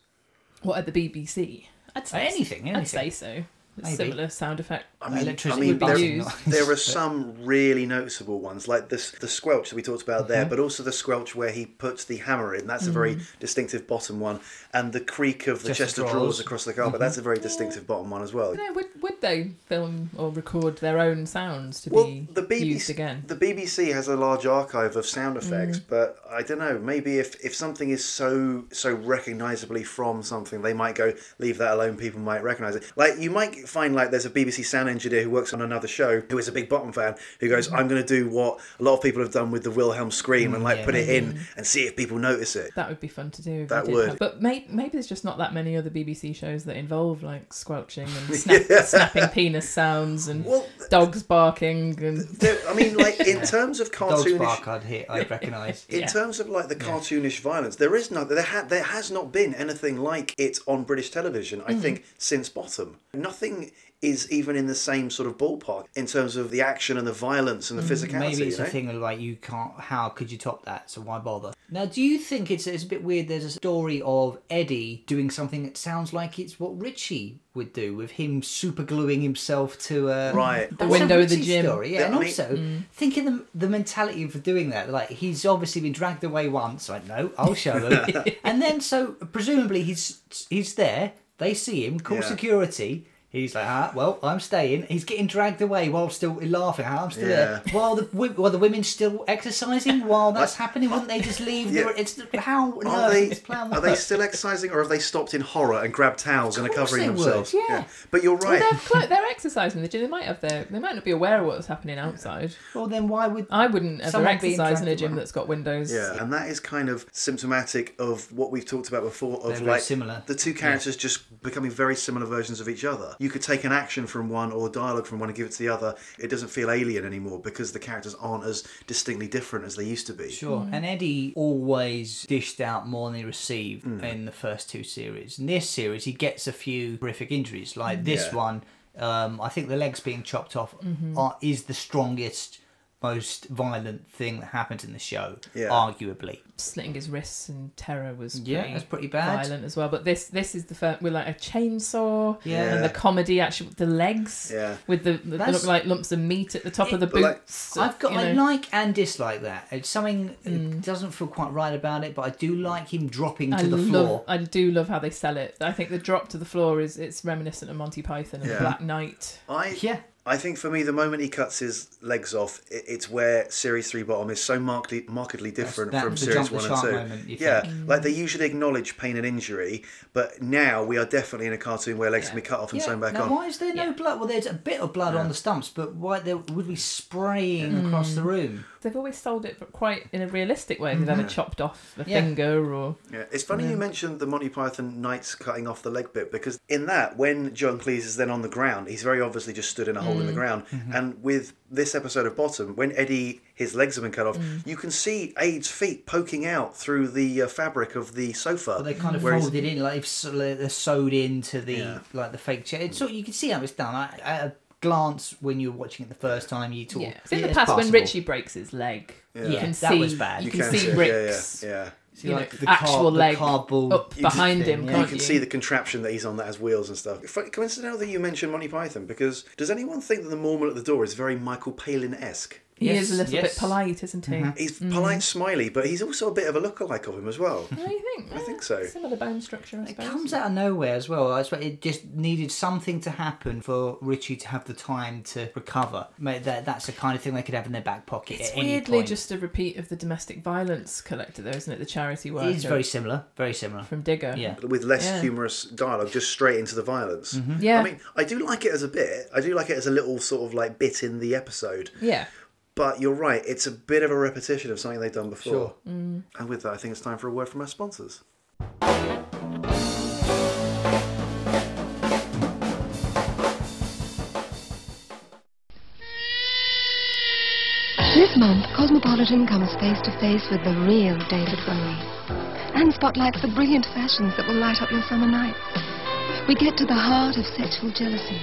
What, at the BBC? I'd say Anything, anything. I'd say so. Maybe. Similar sound effect. I mean, Electricity I would mean, be there- used. there are some really noticeable ones like this the squelch that we talked about there but also the squelch where he puts the hammer in that's a very distinctive bottom one and the creak of the Chest chest of of drawers. drawers across the carpet that's a very distinctive bottom one as well No, would would they film or record their own sounds to well be the BBC, used again? Mm. the BBC has a large archive of sound effects but I don't know maybe if, if something is so so recognizably from something they might go leave that alone people might recognize it like you might find like there's a BBC sound engineer who works on another show who is a big bottom fan who goes Mm-hmm. I'm going to do what a lot of people have done with the Wilhelm Mm, scream and like yeah. put it in and see if people notice it That would be fun to do. If That we did would. Have. But may, maybe there's just not that many other BBC shows that involve like squelching and snap, snapping penis sounds and well dogs barking and there, I mean like in terms of Dog's cartoonish bark I'd hear, I'd recognise. In Yeah. terms of like the cartoonish violence, there is no there ha- there has not been anything like it on British television. Mm-hmm. I think since Bottom, nothing is even in the same sort of ballpark in terms of the action and the violence and the physicality. Mm, Maybe it's you a know? thing of like you can't. How could you top that? So why bother? Now, do you think it's it's a bit weird? There's a story of Eddie doing something that sounds like it's what Richie would do with him super gluing himself to uh, a Right. The window of the gym. Story, yeah, Yeah, and I mean- also think of the the mentality for doing that. Like he's obviously been dragged away once. Like no, I'll show him. and then so presumably he's he's there. They see him. Call Yeah. security. He's like, ah, well, I'm staying. He's getting dragged away while still laughing. "Ah, I'm still there. Yeah. While the wi- while the women's still exercising, while that's happening, wouldn't they just leave? Yeah. The, it's how on Are earth they, is plan are work? they still exercising or have they stopped in horror and grabbed towels and are course covering they would, themselves? yeah. But you're well, right. they're, clo- they're exercising in the gym. They might have their they might not be aware of what's happening outside. Well, then why would I wouldn't ever Someone being exercise in a dragged gym around. that's got windows. Yeah, and that is kind of symptomatic of what we've talked about before of They're very like similar. the two characters just becoming very similar versions of each other. You could take an action from one or dialogue from one and give it to the other. It doesn't feel alien anymore because the characters aren't as distinctly different as they used to be. Sure. And Eddie always dished out more than he received Mm. in the first two series. In this series, he gets a few horrific injuries. Like this Yeah. one, um, I think the legs being chopped off are, is the strongest, most violent thing that happens in the show, Yeah. arguably. slitting his wrists and terror was Yeah, pretty that's pretty bad. violent as well. But this this is the first with like a chainsaw Yeah. and the comedy actually the legs Yeah. with the, the That's- look like lumps of meat at the top of the But, like, boots. I've got you I know. Mm. like and dislike that. It's something that doesn't feel quite right about it, but I do like him dropping to I the love floor. I do love how they sell it. I think the drop to the floor is it's reminiscent of Monty Python and Yeah. the Black Knight. I Yeah. I think for me, the moment he cuts his legs off, i- it's where Series Three Bottom is so markedly markedly different that- from the Series jump the One and shark Two. moment, you yeah, think. Mm. like they usually acknowledge pain and injury, but now we are definitely in a cartoon where legs Yeah. can be cut off and Yeah. sewn back now, on. why is there no blood? Well, there's a bit of blood on the stumps, but why there would be spraying Mm. across the room? They've always sold it, but quite in a realistic way. They've ever chopped off a Yeah. finger or Yeah, it's funny you mentioned the Monty Python Knights cutting off the leg bit because in that, when John Cleese is then on the ground, he's very obviously just stood in a hole Mm. in the ground. Mm-hmm. And with this episode of Bottom, when Eddie his legs have been cut off, Mm. you can see Aid's feet poking out through the uh, fabric of the sofa. But they kind of whereas- folded in, like if so- like they're sewed into the Yeah. Mm. like the fake chair. It's sort you can see how it's done. I, at a glance, when you're watching it the first time, you talk. yeah. It's in the it's past when passable. Richie breaks his leg. You Yeah, can that see was bad. You, You can, can see it, bricks. Yeah, yeah. yeah. See, you like know, the car- actual the leg cardboard up thing, behind him, yeah. can't You can see the contraption that he's on that has wheels and stuff. F- Coincidental that you mentioned Monty Python because does anyone think that the Mormon at the door is very Michael Palin esque? He Yes, is a little yes. Mm-hmm. bit polite, isn't he? He's polite, smiley, but he's also a bit of a lookalike of him as well. What do you think? I think so. Similar bone structure, I It suppose. comes out of nowhere as well. I suppose it just needed something to happen for Richie to have the time to recover. Mate, that that's the kind of thing they could have in their back pocket. It's at any weirdly point. just a repeat of the domestic violence collector, though, isn't it? The charity It worker is very similar. Very similar. from Digger. Yeah. But with less Yeah. Mm-hmm. humorous dialogue, just straight into the violence. Yeah. I mean, I do like it as a bit. I do like it as a little sort of like bit in the episode. yeah. But you're right, it's a bit of a repetition of something they've done before. Sure. And with that, I think it's time for a word from our sponsors. This month, Cosmopolitan comes face to face with the real David Bowie and spotlights the brilliant fashions that will light up your summer nights. We get to the heart of sexual jealousy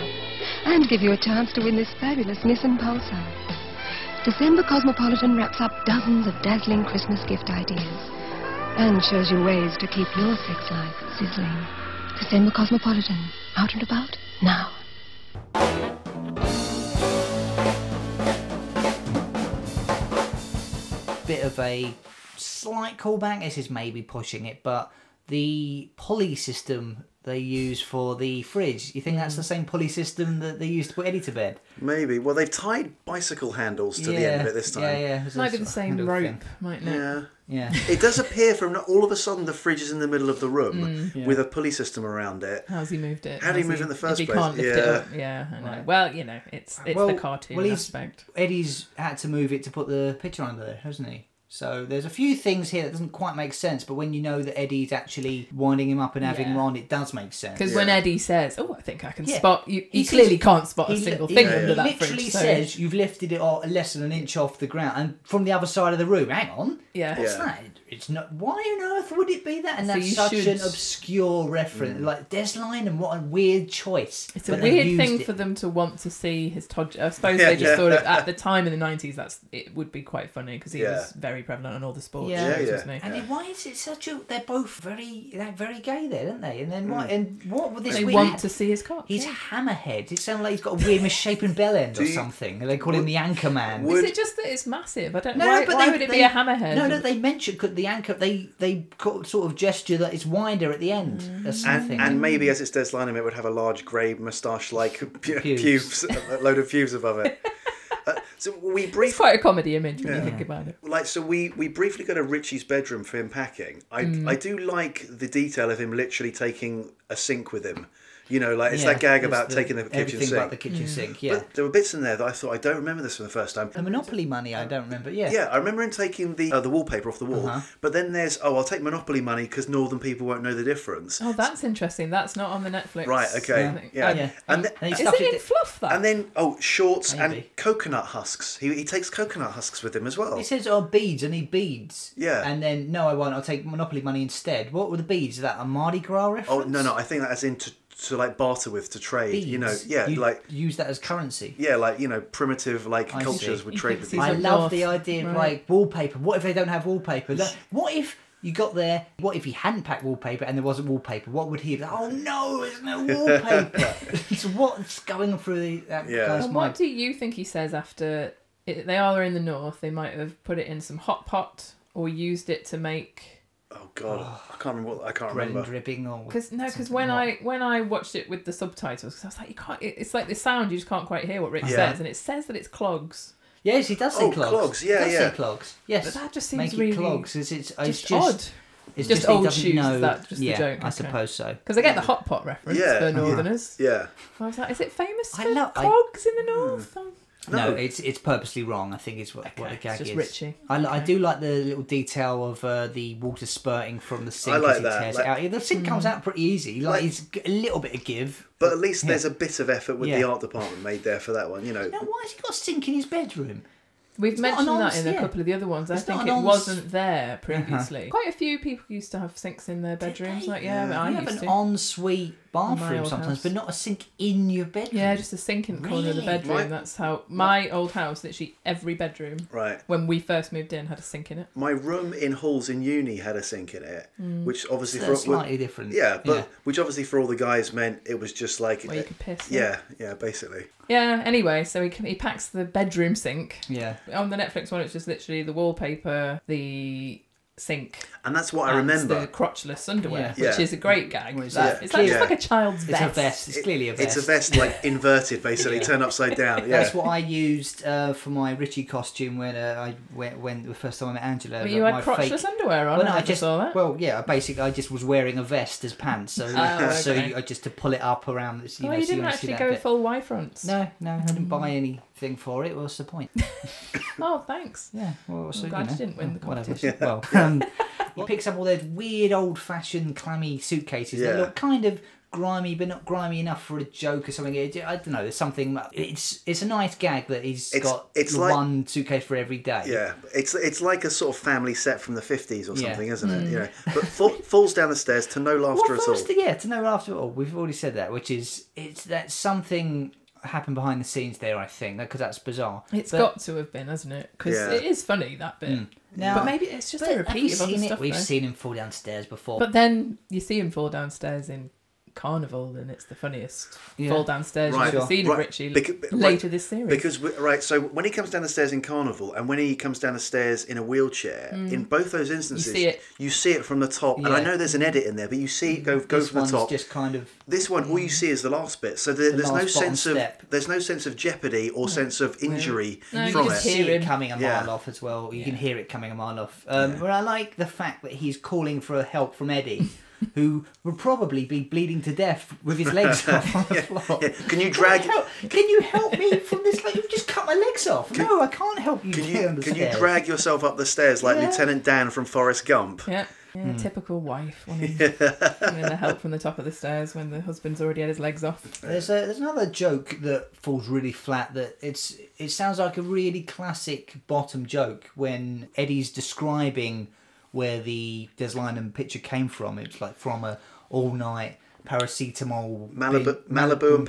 and give you a chance to win this fabulous Nissan Pulsar. December Cosmopolitan wraps up dozens of dazzling Christmas gift ideas and shows you ways to keep your sex life sizzling. December Cosmopolitan, out and about now. bit of a slight callback. This is maybe pushing it, but the pulley system they use for the fridge. You think Mm. that's the same pulley system that they used to put Eddie to bed? Maybe. Well, they've tied bicycle handles to the end of it this time. Yeah, yeah. it's a Might be the sort of same handle rope, thing. mightn't it? Yeah. Yeah. It does appear from all of a sudden the fridge is in the middle of the room yeah. with a pulley system around it. How's he moved it? How do you How's move it in the if first he place? can't lift it Yeah. up. Yeah, I know. Right. Well, you know, it's it's the cartoon well, he's- aspect. Eddie's had to move it to put the picture under there, hasn't he? So there's a few things here that doesn't quite make sense, but when you know that Eddie's actually winding him up and having Yeah. him on, it does make sense. Because Yeah. when Eddie says, "Oh, I think I can Yeah. spot," you, He he, says- clearly can't spot a He- single he- thing he under that literally fridge. so- says you've lifted it or less than an inch off the ground, and from the other side of the room. Hang on, yeah, what's Yeah. that? It's not. Why on earth would it be that? And So that's you such should- an obscure reference, like Desline, and what a weird choice. It's a But they weird used thing it. for them to want to see his Todger. I suppose Yeah, they just yeah. thought it, at the time in the nineties that's it would be quite funny because he Yeah. was very prevalent on all the sports Yeah. shows, Yeah, wasn't he? And then why is it such a? They're both very, they're very gay there, aren't they? And then Hmm. why? And what with this They weird? want to see his cock. He's yeah. hammerhead. It sounds like he's got a weird misshapen bell end or you- something. They call him the anchor man. would- Is it just that it's massive? I don't. know. why, why would it be a hammerhead? No, no, they mention could the anchor. They they got sort of gesture that it's wider at the end Mm. or And, something. and maybe as it's deslining, it would have a large grey moustache like pu- Pubes. pubes, a load of pubes above it. Uh, so we It's briefly. quite a comedy image when you think about it. like so we we briefly go to richie's bedroom for him packing i Mm. i do like the detail of him literally taking a sink with him you know like it's Yeah, that gag it's about the- taking the kitchen everything sink about the kitchen Mm. sink. Yeah, but there were bits in there that i thought i don't remember this from the first time the Monopoly money. I don't remember. Yeah, yeah, I remember him taking the uh, the wallpaper off the wall. Uh-huh. But then there's oh, I'll take Monopoly money because northern people won't know the difference. Oh, that's interesting. That's not on the Netflix. Right, okay, thing. yeah. Uh, yeah. And the- he Is stuffed it in fluff that? And then oh, shorts Maybe. and coconut husks. He, he takes coconut husks with him as well. He says, "Oh, beads," and he beads. Yeah. And then, no, I won't. I'll take Monopoly money instead. What were the beads? Is that a Mardi Gras Oh reference? no, no, I think that's in to, to like barter with to trade. beads. You know, yeah, You like use that as currency. yeah, like you know, primitive like I cultures see. would He trade with thinks each he's I up other. love north, the idea of right. like wallpaper. What if they don't have wallpaper? Like, what if you got there? What if he hadn't packed wallpaper and there wasn't wallpaper? What would he have? Oh no, there's no wallpaper. it's what's going through the, that Yeah. guy's And what mind. do you think he says after it, they are in the north? They might have put it in some hot pot or used it to make. Oh god, I can't remember. What, I can't Bread and remember. dripping or Because no, because something when hot. I when I watched it with the subtitles, because I was like, you can't. it- It's like the sound you just can't quite hear what Rick Yeah. says, and it says that it's clogs. yes, he does say Oh, clogs. clogs, He yeah, does yeah. Say clogs. Yes, But that just make seems it really clogs. It's, it's, it's Just, just odd. Just It's just, he old doesn't shoes, Know, is that just the yeah, joke? I Okay. suppose so. Because I get the hot pot reference Yeah. for Yeah. Northerners. Yeah, Hmm. I was like, is it famous for I love- I- clogs in the north? Um, No, No. it's it's purposely wrong. I think is what, what Okay, the it's gag just is. Richie. I, li- I do like the little detail of uh, the water spurting from the sink I like as he that, tears like- it out. Yeah, The sink Hmm. comes out pretty easy. Like, Like- it's g- a little bit of give. but at least there's a bit of effort with the Yeah. art department made there for that one. You know, Now, why has he got a sink in his bedroom? We've not mentioned an that ons, in a yeah. couple of the other ones. I It's not think an it ons. wasn't there previously. Uh-huh. Quite a few people used to have sinks in their bedrooms. they? Like, yeah, I you used have an to. ensuite bathroom old sometimes, house. but not a sink in your bedroom. Yeah, just a sink in the corner of the Really? bedroom. My- That's how my old house, literally every bedroom right? when we first moved in had a sink in it. My room in halls in uni had a sink in it, which obviously Hmm. That's for slightly different. yeah, but Yeah. which obviously for all the guys meant it was just like Where you could piss, Yeah, yeah, basically. Yeah. Anyway, so he he packs the bedroom sink. Yeah. On the Netflix one, it's just literally the wallpaper, the sink, And that's what I and remember. the crotchless underwear, Yeah. which Yeah. is a great gag. Which is That- a- It's like it's Yeah. like a child's It's vest. a vest. It's clearly a It's vest. a vest like inverted, basically, Yeah. turned upside down. Yeah. That's what I used uh, for my Richie costume when uh, I went when the first time I met Angela. But uh, But you my had fake- crotchless underwear on. Well, I no, never I just saw that. well, yeah. Basically, I just was wearing a vest as pants, so Oh, so okay. you, I just to pull it up around. this, You oh, know, you so didn't only see actually that go Mm. bit. full Y fronts. No, no, I didn't buy anything for it. What's the point? Oh, thanks. Yeah, well, so, glad you, know, uh, you didn't win the whatever. competition. Well, um, he picks up all those weird, old-fashioned, clammy suitcases that Yeah. look kind of grimy, but not grimy enough for a joke or something. It, I don't know. There's something. It's it's a nice gag that he's It's- got it's like- one suitcase for every day. Yeah, it's it's like a sort of family set from the fifties or Yeah. Mm. something, isn't it? Yeah, but fa- falls down the stairs to no laughter Well, at all. first, yeah, to know after all, we've already said that, which is it's that something happened behind the scenes there. I think because that's bizarre. It's But- Mm. got to have been, hasn't it? Because Yeah. it is funny that bit. Now- but maybe it's just a Have repeat we of other seen it? stuff. We've though. seen him fall downstairs before. But then you see him fall downstairs in Carnival, and it's the funniest Yeah. fall downstairs Right, you've ever sure. seen of Right, Richie becau- be- later right, this series. Because we, right, so when he comes down the stairs in Carnival and when he comes down the stairs in a wheelchair, in Mm. both those instances, see it. you see it from the top. And I Yeah. know there's an edit in there, but you see it go go this from the one's top. just kind of This one, all you see is the last bit. So there, The there's no last bottom sense of step. Mm. there's no sense of jeopardy or sense of injury No, you from just it. hear see it him. coming a Yeah. mile off as well. You can hear it coming a mile off. Um, But I like the fact that he's calling for help from Eddie, who would probably be bleeding to death with his legs off on the floor. Yeah, Can you drag? Help- Can you help me from this? Like, you've just cut my legs off. no, I can't help you. Can get on the you can you stairs. drag yourself up the stairs like Yeah. Lieutenant Dan from Forrest Gump? yeah. Yeah, Hmm. typical wife wanting, wanting the help from the top of the stairs when the husband's already had his legs off. There's a, there's another joke that falls really flat. That it's it sounds like a really classic bottom joke when Eddie's describing where the Des Lynam picture came from. It's like from a all night paracetamol Malibu, bin- Malibu paracetamol and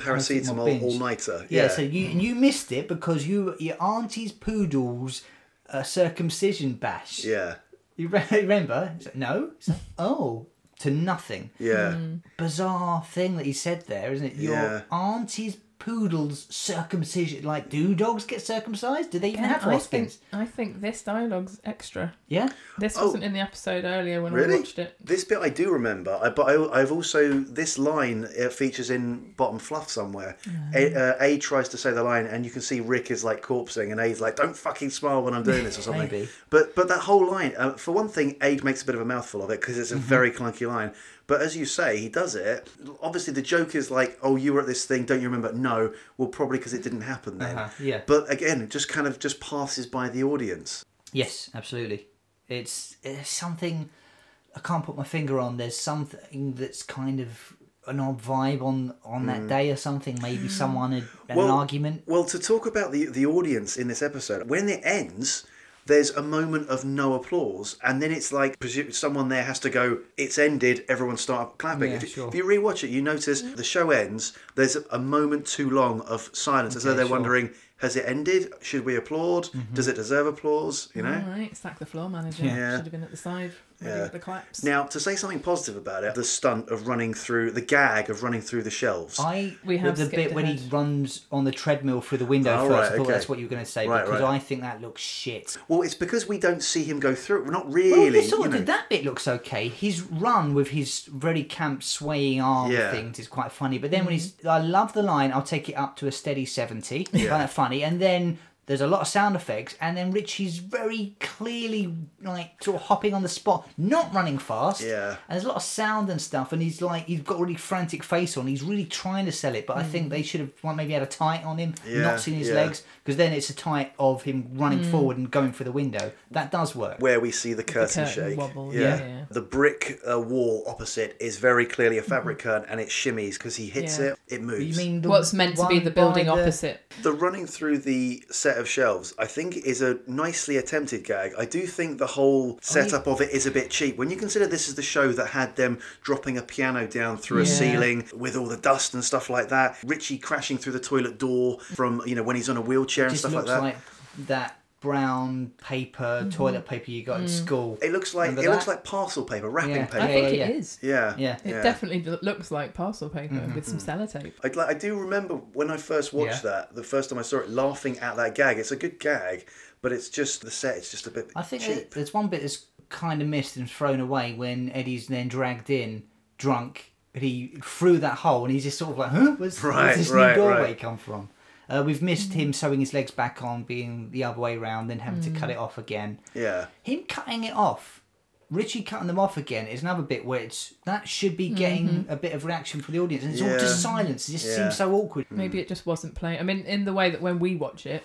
paracetamol binge. all nighter. Yeah, so you you missed it because you your auntie's poodles uh, circumcision bash. yeah, You re- remember? It's like, no. It's like, oh, to nothing yeah. Mm, bizarre thing that he said there, isn't it? Your Yeah. auntie's poodle's circumcision. Like, do dogs get circumcised? Do they even have I think, hoskins? I think this dialogue's extra. Yeah. This Oh. wasn't in the episode earlier when Really? I watched it. This bit I do remember, I, but I, I've also this line uh, features in Bottom Fluff somewhere. Mm. A, uh, a tries to say the line, and you can see Rick is like corpsing, and A's like, "Don't fucking smile when I'm doing this" or something. Maybe. But but that whole line, uh, for one thing, Aid makes a bit of a mouthful of it because it's a very clunky line. But as you say, he does it. Obviously, the joke is like, "Oh, you were at this thing, don't you remember?" No, well, probably because it didn't happen then. Ah, Uh-huh, yeah. But again, it just kind of just passes by the audience. Yes, absolutely. It's, it's uh, something I can't put my finger on. There's something that's kind of an odd vibe on on that day or something. Maybe someone had had an argument. Mm. Well, to talk about the the audience in this episode, when it ends, there's a moment of no applause, and then it's like presu- someone there has to go. It's ended. Everyone start clapping. Yeah, if, you- sure. if you rewatch it, you notice the show ends. There's a, a moment too long of silence, as though Okay, they're sure. Mm-hmm. wondering, has it ended? Should we applaud? Does it deserve applause? You know. All right, sack the floor manager. Yeah. Should have been at the side, ready Yeah. with the claps. Now, to say something positive about it, the stunt of running through the gag of running through the shelves. I We have the, the skipped bit when he ahead. runs on the treadmill through the window Oh, first. I right, thought okay. that's what you were going to say Right, because right. I think that looks shit. well, it's because we don't see him go through it. Not Well, really. this sort you of know. did- that bit looks okay. His run with his very camp swaying arm Yeah. things is quite funny. But then when he's, I love the line. I'll take it up to a steady seventy. Kind of funny. And then there's a lot of sound effects. And then Richie's very clearly like sort of hopping on the spot, not running fast. Yeah. And there's a lot of sound and stuff. And he's like, he's got a really frantic face on. He's really trying to sell it. But I think they should have well, maybe had a tight on him, Yeah, not seen his yeah. legs, because then it's a tight of him running forward and going for the window. That does work. where we see the curtain, curtain shake. wobble, yeah. yeah, yeah. The brick uh, wall opposite is very clearly a fabric curtain and it shimmies because he hits Yeah. it, it moves. You mean the What's meant to be one the building by the- opposite? the running through the set of shelves, I think, is a nicely attempted gag. I do think the whole setup of it is a bit cheap. When you consider this is the show that had them dropping a piano down through a Yeah. ceiling with all the dust and stuff like that, Richie crashing through the toilet door from, you know, when he's on a wheelchair and Just stuff like looks that. like that brown paper, toilet paper you got in school. It looks like Remember it looks that? like parcel paper, wrapping Yeah. I paper. think yeah, it yeah. is. Yeah, Yeah. It definitely lo- looks like parcel paper with some sellotape. I, like, I do remember when I first watched Yeah. that, the first time I saw it, laughing at that gag. It's a good gag, but it's just the set. It's just a bit I think cheap. there- there's one bit that's kind of missed and thrown away when Eddie's then dragged in drunk. and He through that hole and he's just sort of like, huh? Where's, Right, where's this right, new doorway right. come from? Uh, we've missed him sewing his legs back on, being the other way round, then having to cut it off again. yeah, Him cutting it off, Richie cutting them off again is another bit where it's that should be getting Mm-hmm. a bit of reaction from the audience, and it's all just Yeah. silence. It just Yeah. seems so awkward. Maybe it just wasn't playing. I mean, in the way that when we watch it,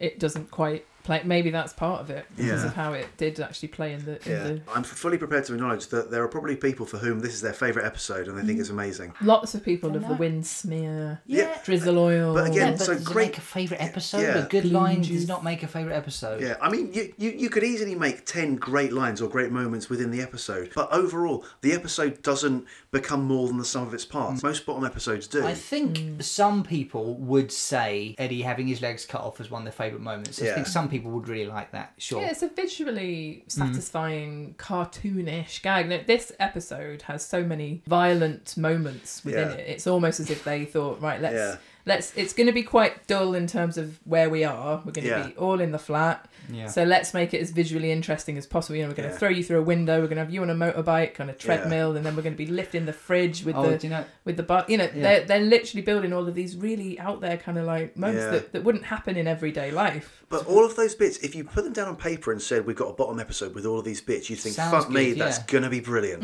it doesn't quite play. Maybe that's part of it because Yeah. of how it did actually play in the. In yeah. the I'm fully prepared to acknowledge that there are probably people for whom this is their favourite episode and they think it's amazing. Lots of people love the know. wind smear, Yeah. drizzle oil. But Yeah, again- but so does it great- make a favourite episode? yeah. A good Blue line juice. does not make a favourite episode. Yeah, I mean, you, you, you could easily make 10 great lines or great moments within the episode, but overall, the episode doesn't become more than the sum of its parts. Most bottom episodes do. I think Mm. some people would say Eddie having his legs cut off was one of their favourite moments. I Yeah. think some people would really like that. Sure. Yeah, it's a visually Mm. satisfying, cartoonish gag. Now, this episode has so many violent moments within Yeah. it. It's almost as if they thought, right, let's Yeah. let's. It's going to be quite dull in terms of where we are. We're going to Yeah. be all in the flat, Yeah. so let's make it as visually interesting as possible. You know, we're going to Yeah. throw you through a window. We're going to have you on a motorbike on a treadmill, and then we're going to be lifting the fridge with Oh, the do you know- with the bar. You know, Yeah. they're they're literally building all of these really out there kind of like moments Yeah. that, that wouldn't happen in everyday life. But all of those bits, if you put them down on paper and said, We've got a bottom episode with all of these bits, you'd think, Sounds Fuck me, good, that's yeah. Mm. going to be brilliant.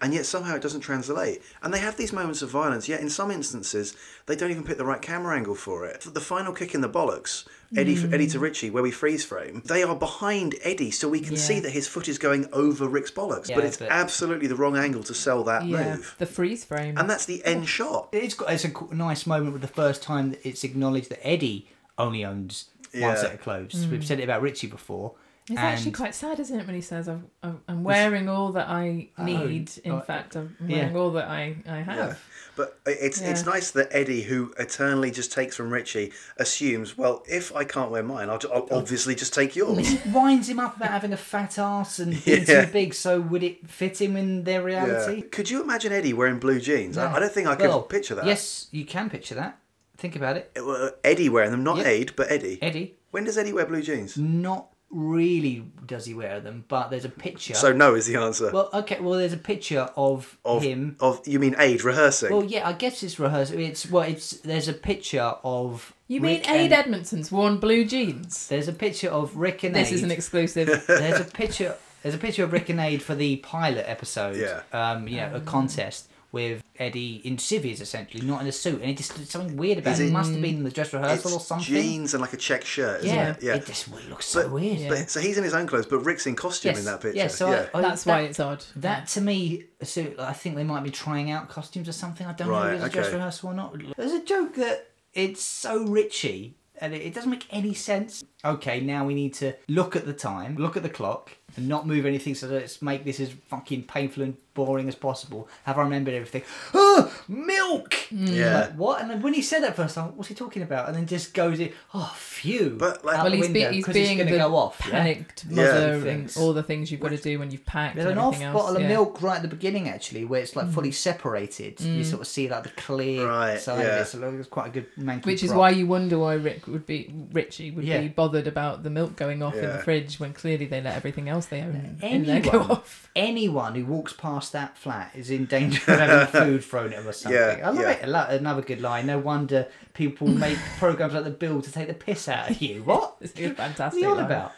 And yet somehow it doesn't translate. And they have these moments of violence, yet in some instances, they don't even pick the right camera angle for it. The final kick in the bollocks, Eddie, Mm. Eddie to Richie, where we freeze frame, they are behind Eddie, so we can Yeah. see that his foot is going over Rick's bollocks. but Yeah, it's but- absolutely the wrong angle to sell that move. the freeze frame. And that's the end shot. It's got it's a qu- nice moment with the first time that it's acknowledged that Eddie only owns Yeah. one set of clothes. We've said it about Richie before. Mm. It's and actually quite sad, isn't it, when he says, I'm, I'm, I'm wearing all that I need. In oh, fact, I'm yeah. wearing all that I, I have. But it's it's Yeah. nice that Eddie, who eternally just takes from Richie, assumes, well, if I can't wear mine, I'll, ju- I'll obviously just take yours. winds him up about having a fat ass and being Yeah. too big. So would it fit him in their reality? Could you imagine Eddie wearing blue jeans? I, I don't think I could Well, picture that. Yes, you can picture that. Think about it, It were Eddie wearing them, not Yeah. Aid, but Eddie. Eddie. When does Eddie wear blue jeans? Not really does he wear them, but there's a picture. So no is the answer. Well, okay. Well, there's a picture of, of him. of you mean Aid rehearsing? Well, yeah, I guess it's rehearsal. It's well, it's there's a picture of You mean Rick Aid and- Edmondson's worn blue jeans? There's a picture of Rick and This Aid. is an exclusive. there's a picture. There's a picture of Rick and Aid for the pilot episode. Yeah. Um, you know, a contest with Eddie in civvies essentially, not in a suit, and it just it's something weird about Is it. it- It must have been in the dress rehearsal or it's something. jeans and like a check shirt, isn't yeah. it? Yeah. It just well, it looks so weird. Yeah. But, so he's in his own clothes, but Rick's in costume Yes, in that picture. Yeah. So I- I- That's Oh, why that- it's odd. That to me, so like, I think they might be trying out costumes or something. I don't know Right, if it's a dress okay. rehearsal or not. There's a joke that it's so Richie and it, it doesn't make any sense. Okay, now we need to look at the time, look at the clock, and not move anything. So let's make this as fucking painful and boring as possible. Have I remembered everything? Oh, milk. Yeah. mm, Like, what? And then when he said that first time, what's he talking about? And then just goes in. Oh, phew. But, like- out Well, the he's, be- window, he's 'cause being gonna the go off. yeah? panicked Yeah. mother and Things. all the things you've got to do when you've packed There's and an off everything else. bottle of yeah. Mm. milk right at the beginning, actually, where it's like fully separated. You sort of see like the clear Right, side yeah. of it. So it's quite a good manky Which is prop. why you wonder why Rick would be Richie would Yeah. be bothered about the milk going off in the Yeah. fridge when clearly they let everything else they own in there go anyone, off. anyone who walks past that flat is in danger of having food thrown at them or something. Yeah, I love yeah. it. A lot- Another good line. No wonder people make programs like the Bill to take the piss out of you. What? It's a What fantastic. are you on line. about?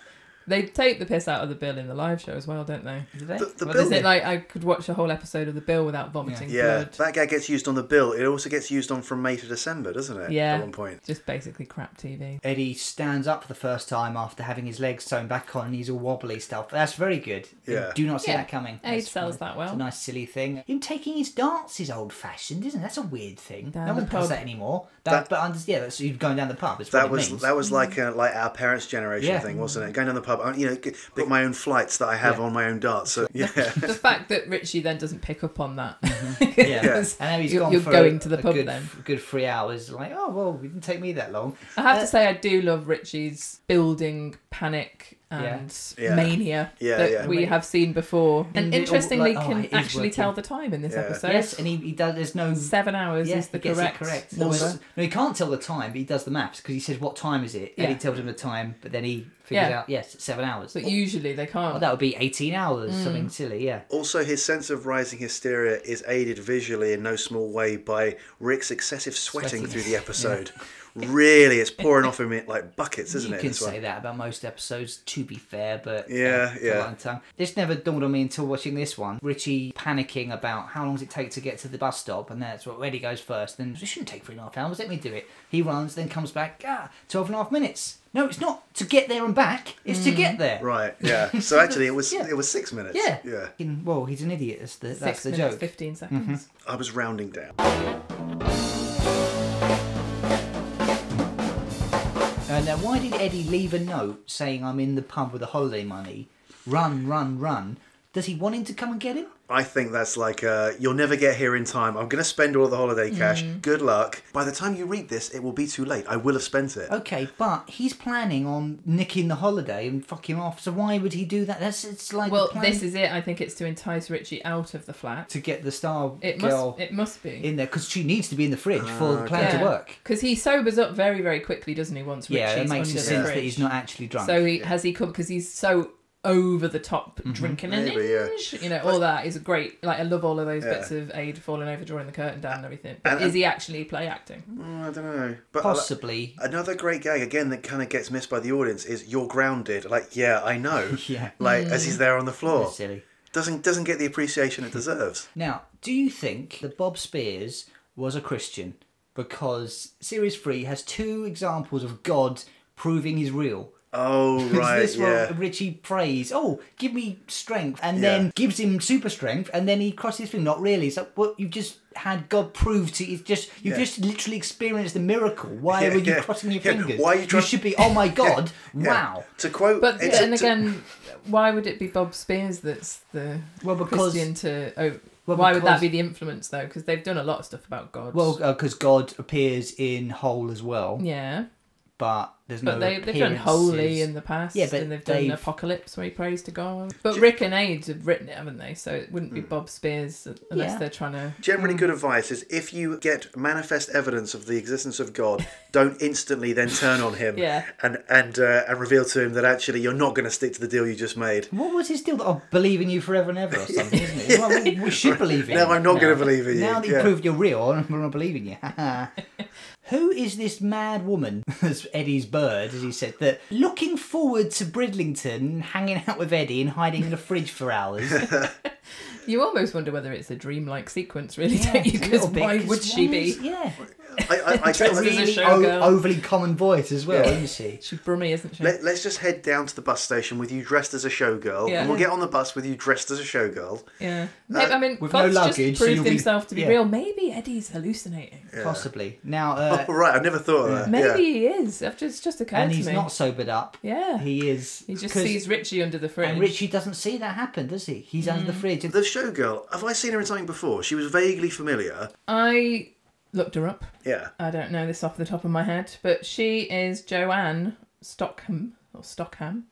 They take the piss out of the bill in the live show as well, don't they? The- the Well, Bill- Is there's it like I could watch a whole episode of the bill without vomiting Yeah, blood? that guy gets used on the bill. It also gets used on from May to December, doesn't it? yeah, At one point. just basically crap TV. Eddie stands up for the first time after having his legs sewn back on and he's all wobbly stuff. That's very good. You Yeah. Do not see Yeah. that coming. Aid That's sells nice. that well. It's a nice silly thing. Him taking his darts is old fashioned, isn't it? That's a weird thing. Down no the one pub. does that anymore. That, That- but I'm just, yeah, that's you going down the pub. It's what That it was means. that was like uh like our parents' generation Yeah. thing, wasn't it? Going down the pub club. I, you know, g- book my own flights that I have on my own darts. So yeah, the fact that Richie then doesn't pick up on that. Mm-hmm. Yeah. Because And now he's you're, gone you're for going a, to the a pub good, then. good three hours. Like, oh well, it didn't take me that long. I have to say, I do love Richie's building panic and Yeah. Yeah. mania Yeah, that yeah. we have seen before, and, And it all- interestingly like, oh, can it is actually working. tell the time in this Yeah. episode. Yes, and he, he does. There's no. seven hours yeah, is the he gets correct. it correct. number. Also- no, he can't tell the time, but he does the maps because he says what time is it, Yeah. and he tells him the time, but then he figures Yeah. out yes, it's seven hours. But Mm. usually they can't. Oh, that would be eighteen hours, something silly. Yeah. Also, his sense of rising hysteria is aided visually in no small way by Rick's excessive sweating, Sweating. through the episode. really, it's pouring off him in like buckets, isn't you it? can this one? say that about most episodes, to be fair, but Yeah, it's a yeah. long time. This never dawned on me until watching this one. Richie panicking about how long does it take to get to the bus stop, and that's what Reddy goes first. Then it shouldn't take three and a half hours. Let me do it. He runs, then comes back. Ah, 12 and a half minutes. No, it's not to get there and back. It's to get there. Mm. Right. Yeah. So actually, it was Yeah. it was six minutes. Yeah. Yeah. Fucking- Well, he's an idiot. That's the, that's Six the minutes, joke. Mm-hmm. fifteen seconds. I was rounding down. Uh, now, why did Eddie leave a note saying, I'm in the pub with the holiday money? Run, run, run. Does he want him to come and get him? I think that's like uh, you'll never get here in time. I'm gonna spend all the holiday cash. Good luck. By the time you read this, it will be too late. I will have spent it. Okay, but he's planning on nicking the holiday and fucking off. So why would he do that? That's it's like Well, the plan this is it. I think it's to entice Richie out of the flat. to get the star It must. girl It must be. in there because she needs to be in the fridge for the plan to work. Because he sobers up very, very quickly, doesn't he? Once Yeah, Richie's it makes under the sense fridge. that he's not actually drunk. Mm-hmm. So he has he come because he's so over the top drinking and Maybe, yeah. you know all that is a great like I love all of those Yeah. bits of Aid falling over, drawing the curtain down, and everything. But and- is he actually play acting? Mm, I don't know. But I li- Possibly. Another great gag again that kind of gets missed by the audience is "You're grounded." Like, yeah, I know. Yeah. Like as he's there on the Oh. floor, Silly. doesn't doesn't get the appreciation it deserves. Now, do you think that Bob Spears was a Christian? Because series three has two examples of God proving he's real. Oh Because right, this yeah. one, Richie prays, "Oh, give me strength," and Yeah. then gives him super strength, and then he crosses his finger. Not really. It's like, well, you've just had God prove to you. It's just you've Yeah. just literally experienced a miracle. Why Yeah, were you yeah. crossing your Yeah, fingers? why are you trying- should be, "Oh my God, Yeah. wow." To quote, But it's- then to- again, why would it be Bob Spears that's the Well, because- Christian to? Oh, Well, why would that because- be the influence though? Because they've done a lot of stuff about God. Well, because God appears in whole as well, yeah, but there's but no. they they've done appearances. holy in the past, Yeah, but and they've done they've- apocalypse where he prays to God. But Rick and Aid have written it, haven't they? So it Hmm. wouldn't be Bob Spears unless Yeah. they're trying to. generally good advice is if you get manifest evidence of the existence of God, don't instantly then turn on him Yeah. and and uh, and reveal to him that actually you're not going to stick to the deal you just made. What was his deal? that I'll believe in you forever and ever or something, isn't it? Well, we- we should believe in No, you. I'm not gonna believe in you, Now that you yeah. proved you're real, I'm going to believe in you. Who is this mad woman, as Eddie's bird, as he said, that looking forward to Bridlington, hanging out with Eddie and hiding in the fridge for hours? You almost wonder whether it's a dreamlike sequence, really, Yeah, don't you? it's a Because little bit, why would 'cause she why be? is- Yeah. I, I, I Dressed think as a Really showgirl. o- overly common voice as well, isn't she? She's brummy, isn't she? Let, us just head down to the bus station with you dressed as a showgirl, Yeah. and we'll get on the bus with you dressed as a showgirl. yeah. Maybe, I mean, with no God's luggage, just so proved you'll be- himself to be yeah. real. Maybe Eddie's hallucinating. Possibly. Now, uh, All right, I never thought of that. yeah. Maybe he is. I've just it's just occurred and to he's me. not sobered up. Yeah. He is. He just 'cause- sees Richie under the fridge. And Richie doesn't see that happen, does he? He's under the fridge. The showgirl, have I seen her in something before? She was vaguely familiar. I looked her up. Yeah. I don't know this off the top of my head, but she is Joanne Stockham or Stockham,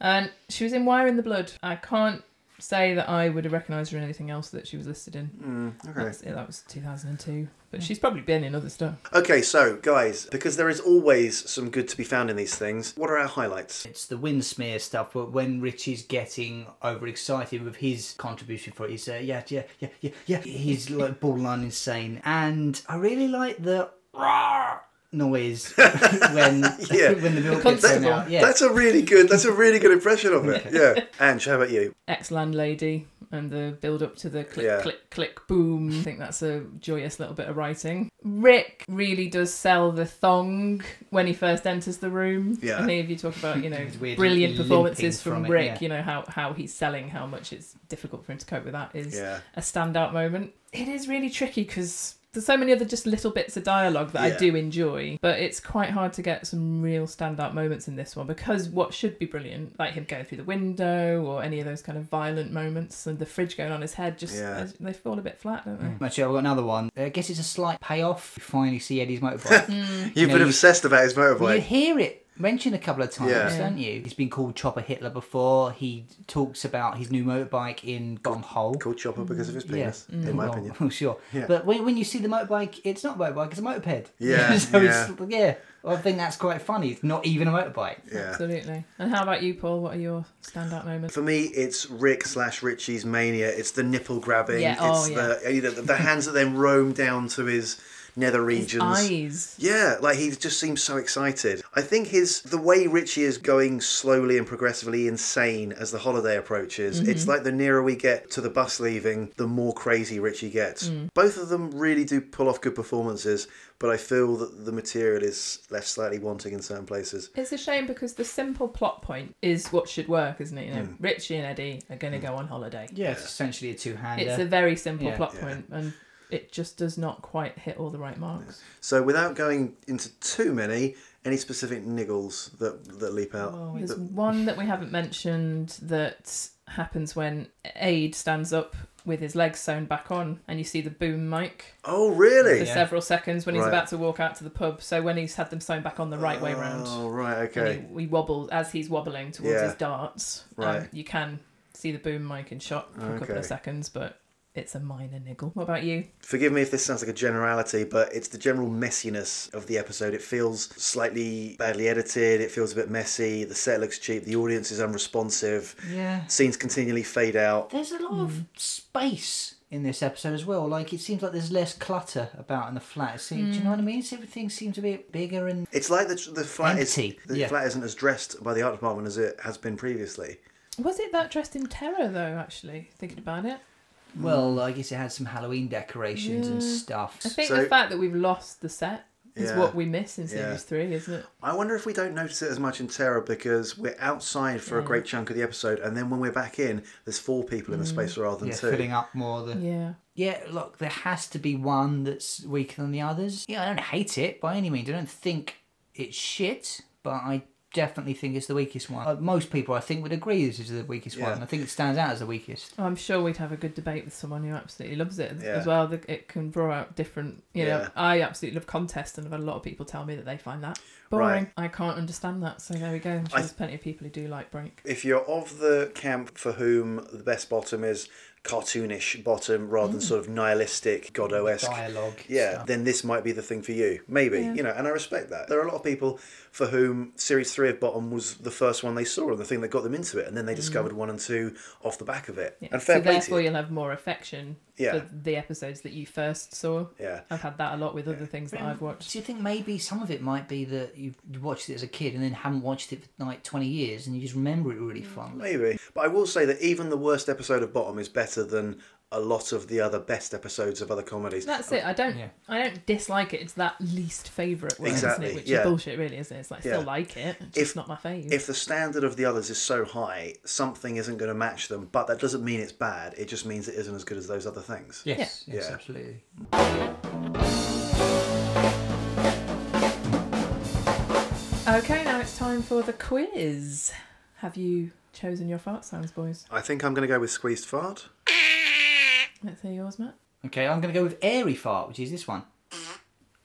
and she was in Wire in the Blood. I can't say that I would have recognised her in anything else that she was listed in. Okay. That's it, that was 2002, but she's probably been in other stuff. Okay, so guys, because there is always some good to be found in these things, what are our highlights? It's the wind smear stuff, but when Richie's getting overexcited with his contribution for it, he's uh, yeah, yeah, yeah, yeah, yeah. He's like borderline insane, and I really like the "Rawr" noise when Yeah. when the The milk gets thrown constable. out. Yeah, That's a really good. That's a really good impression of it. Yeah. Ange, how about you? Ex landlady and the build up to the click, Yeah. click, click, boom. I think that's a joyous little bit of writing. Rick really does sell the thong when he first enters the room. Yeah. I think if you talk about, you know, He's weirdly brilliant performances limping from, from it, Rick, yeah. you know, how, how he's selling, how much it's difficult for him to cope with that is Yeah. a standout moment. It is really tricky because There's so many other just little bits of dialogue that Yeah. I do enjoy, but it's quite hard to get some real standout moments in this one because what should be brilliant, like him going through the window or any of those kind of violent moments and the fridge going on his head, just Yeah. they fall a bit flat, don't they? Actually, Mm. I've got another one. I guess it's a slight payoff. You finally see Eddie's motorbike. You've know, been you- obsessed about his Well, you motorbike. hear it mentioned a couple of times, Yeah. don't you? He's been called Chopper Hitler before. He talks about his new motorbike in Gone Hole. Called Chopper because of his penis, in my Mm-hmm. Well, opinion. sure. Yeah. But when, when you see the motorbike, it's not a motorbike, it's a moped. Yeah, so it's, yeah. I think that's quite funny. It's not even a motorbike. Yeah. Mm, Absolutely. And how about you, Paul? What are your standout moments? For me, it's Rick slash Richie's mania. It's the nipple grabbing. Yeah, oh, it's the you know the, the hands that then roam down to his nether His regions. eyes. Yeah, like he just seems so excited. I think his the way Richie is going slowly and progressively insane as the holiday approaches. It's Mm-hmm. like the nearer we get to the bus leaving, the more crazy Richie gets. Mm. Both of them really do pull off good performances, but I feel that the material is left slightly wanting in certain places. It's a shame because the simple plot point is what should work, isn't it? You know, Mm. Richie and Eddie are going to go on holiday. Yeah, it's essentially a two-hander. It's a very simple Yeah. plot Yeah. point, and it just does not quite hit all the right marks. So without going into too many, any specific niggles that that leap out? There's That- one that we haven't mentioned that happens when Aid stands up with his legs sewn back on, and you see the boom mic oh for really? Yeah. several seconds when he's Right. about to walk out to the pub. So when he's had them sewn back on the right way round, Oh right, okay. and he, he wobbles as he's wobbling towards Yeah. his darts. um, Right. you can see the boom mic in shot for a couple of Okay. seconds, but it's a minor niggle. What about you? Forgive me if this sounds like a generality, but it's the general messiness of the episode. It feels slightly badly edited, it feels a bit messy, the set looks cheap, the audience is unresponsive, Yeah. Hmm. scenes continually fade out. There's a lot of space in this episode as well. Like it seems like there's less clutter about in the flat. It seems, Do you know what I mean? It's- everything seems a bit bigger and It's like the, the flat is Empty, the yeah. flat isn't as dressed by the art department as it has been previously. Was it that dressed in terror though? Actually, thinking about it, Hmm. well, I guess it had some Halloween decorations and stuff. I think So- the fact that we've lost the set is Yeah. what we miss in series Yeah. three, isn't it? I wonder if we don't notice it as much in Terror because we're outside for a great chunk of the episode, and then when we're back in, there's four people in the space Mm. rather than Yeah, two. filling up more the Yeah. yeah, look, there has to be one that's weaker than the others. Yeah, I don't hate it by any means. I don't think it's shit, but I definitely think it's the weakest one. Uh, most people, I think, would agree this is the weakest Yeah. one. I think it stands out as the weakest. Oh, I'm sure we'd have a good debate with someone who absolutely loves it Yeah. as well. The- It can draw out different, you know. Yeah. I absolutely love contest, and I've had a lot of people tell me that they find that boring. I can't understand that. So there we go. I'm sure I- there's plenty of people who do like break. if you're of the camp for whom the best bottom is cartoonish bottom rather Mm. than sort of nihilistic Godot-esque Dialogue. yeah stuff. then this might be the thing for you maybe you know and i respect that there are a lot of people for whom series 3 of bottom was the first one they saw and the thing that got them into it and then they discovered one and two off the back of it Mm. Yeah. and fair so play to therefore, you. you'll have more affection Yeah. for the episodes that you first saw. yeah I've had that a lot with other things that I've watched. Do you think maybe some of it might be that you you watched it as a kid and then haven't watched it for like 20 years and you just remember it Mm. really fondly? maybe but i will say that even the worst episode of bottom is better than a lot of the other best episodes of other comedies That's it. I don't. Oh, Yeah. I don't dislike it. It's that least favourite one, Exactly, isn't it? Which yeah. is bullshit, really, isn't it? It's like I still Yeah. like it. It's just If- not my favourite. if the standard of the others is so high, something isn't going to match them. But that doesn't mean it's bad. It just means it isn't as good as those other things. Yes, yes, Yeah. absolutely. Okay, now it's time for the quiz. Have you chosen your fart sounds, boys? I think I'm going to go with squeezed fart. Let's hear yours, Matt. Okay, I'm going to go with airy fart, which is this one.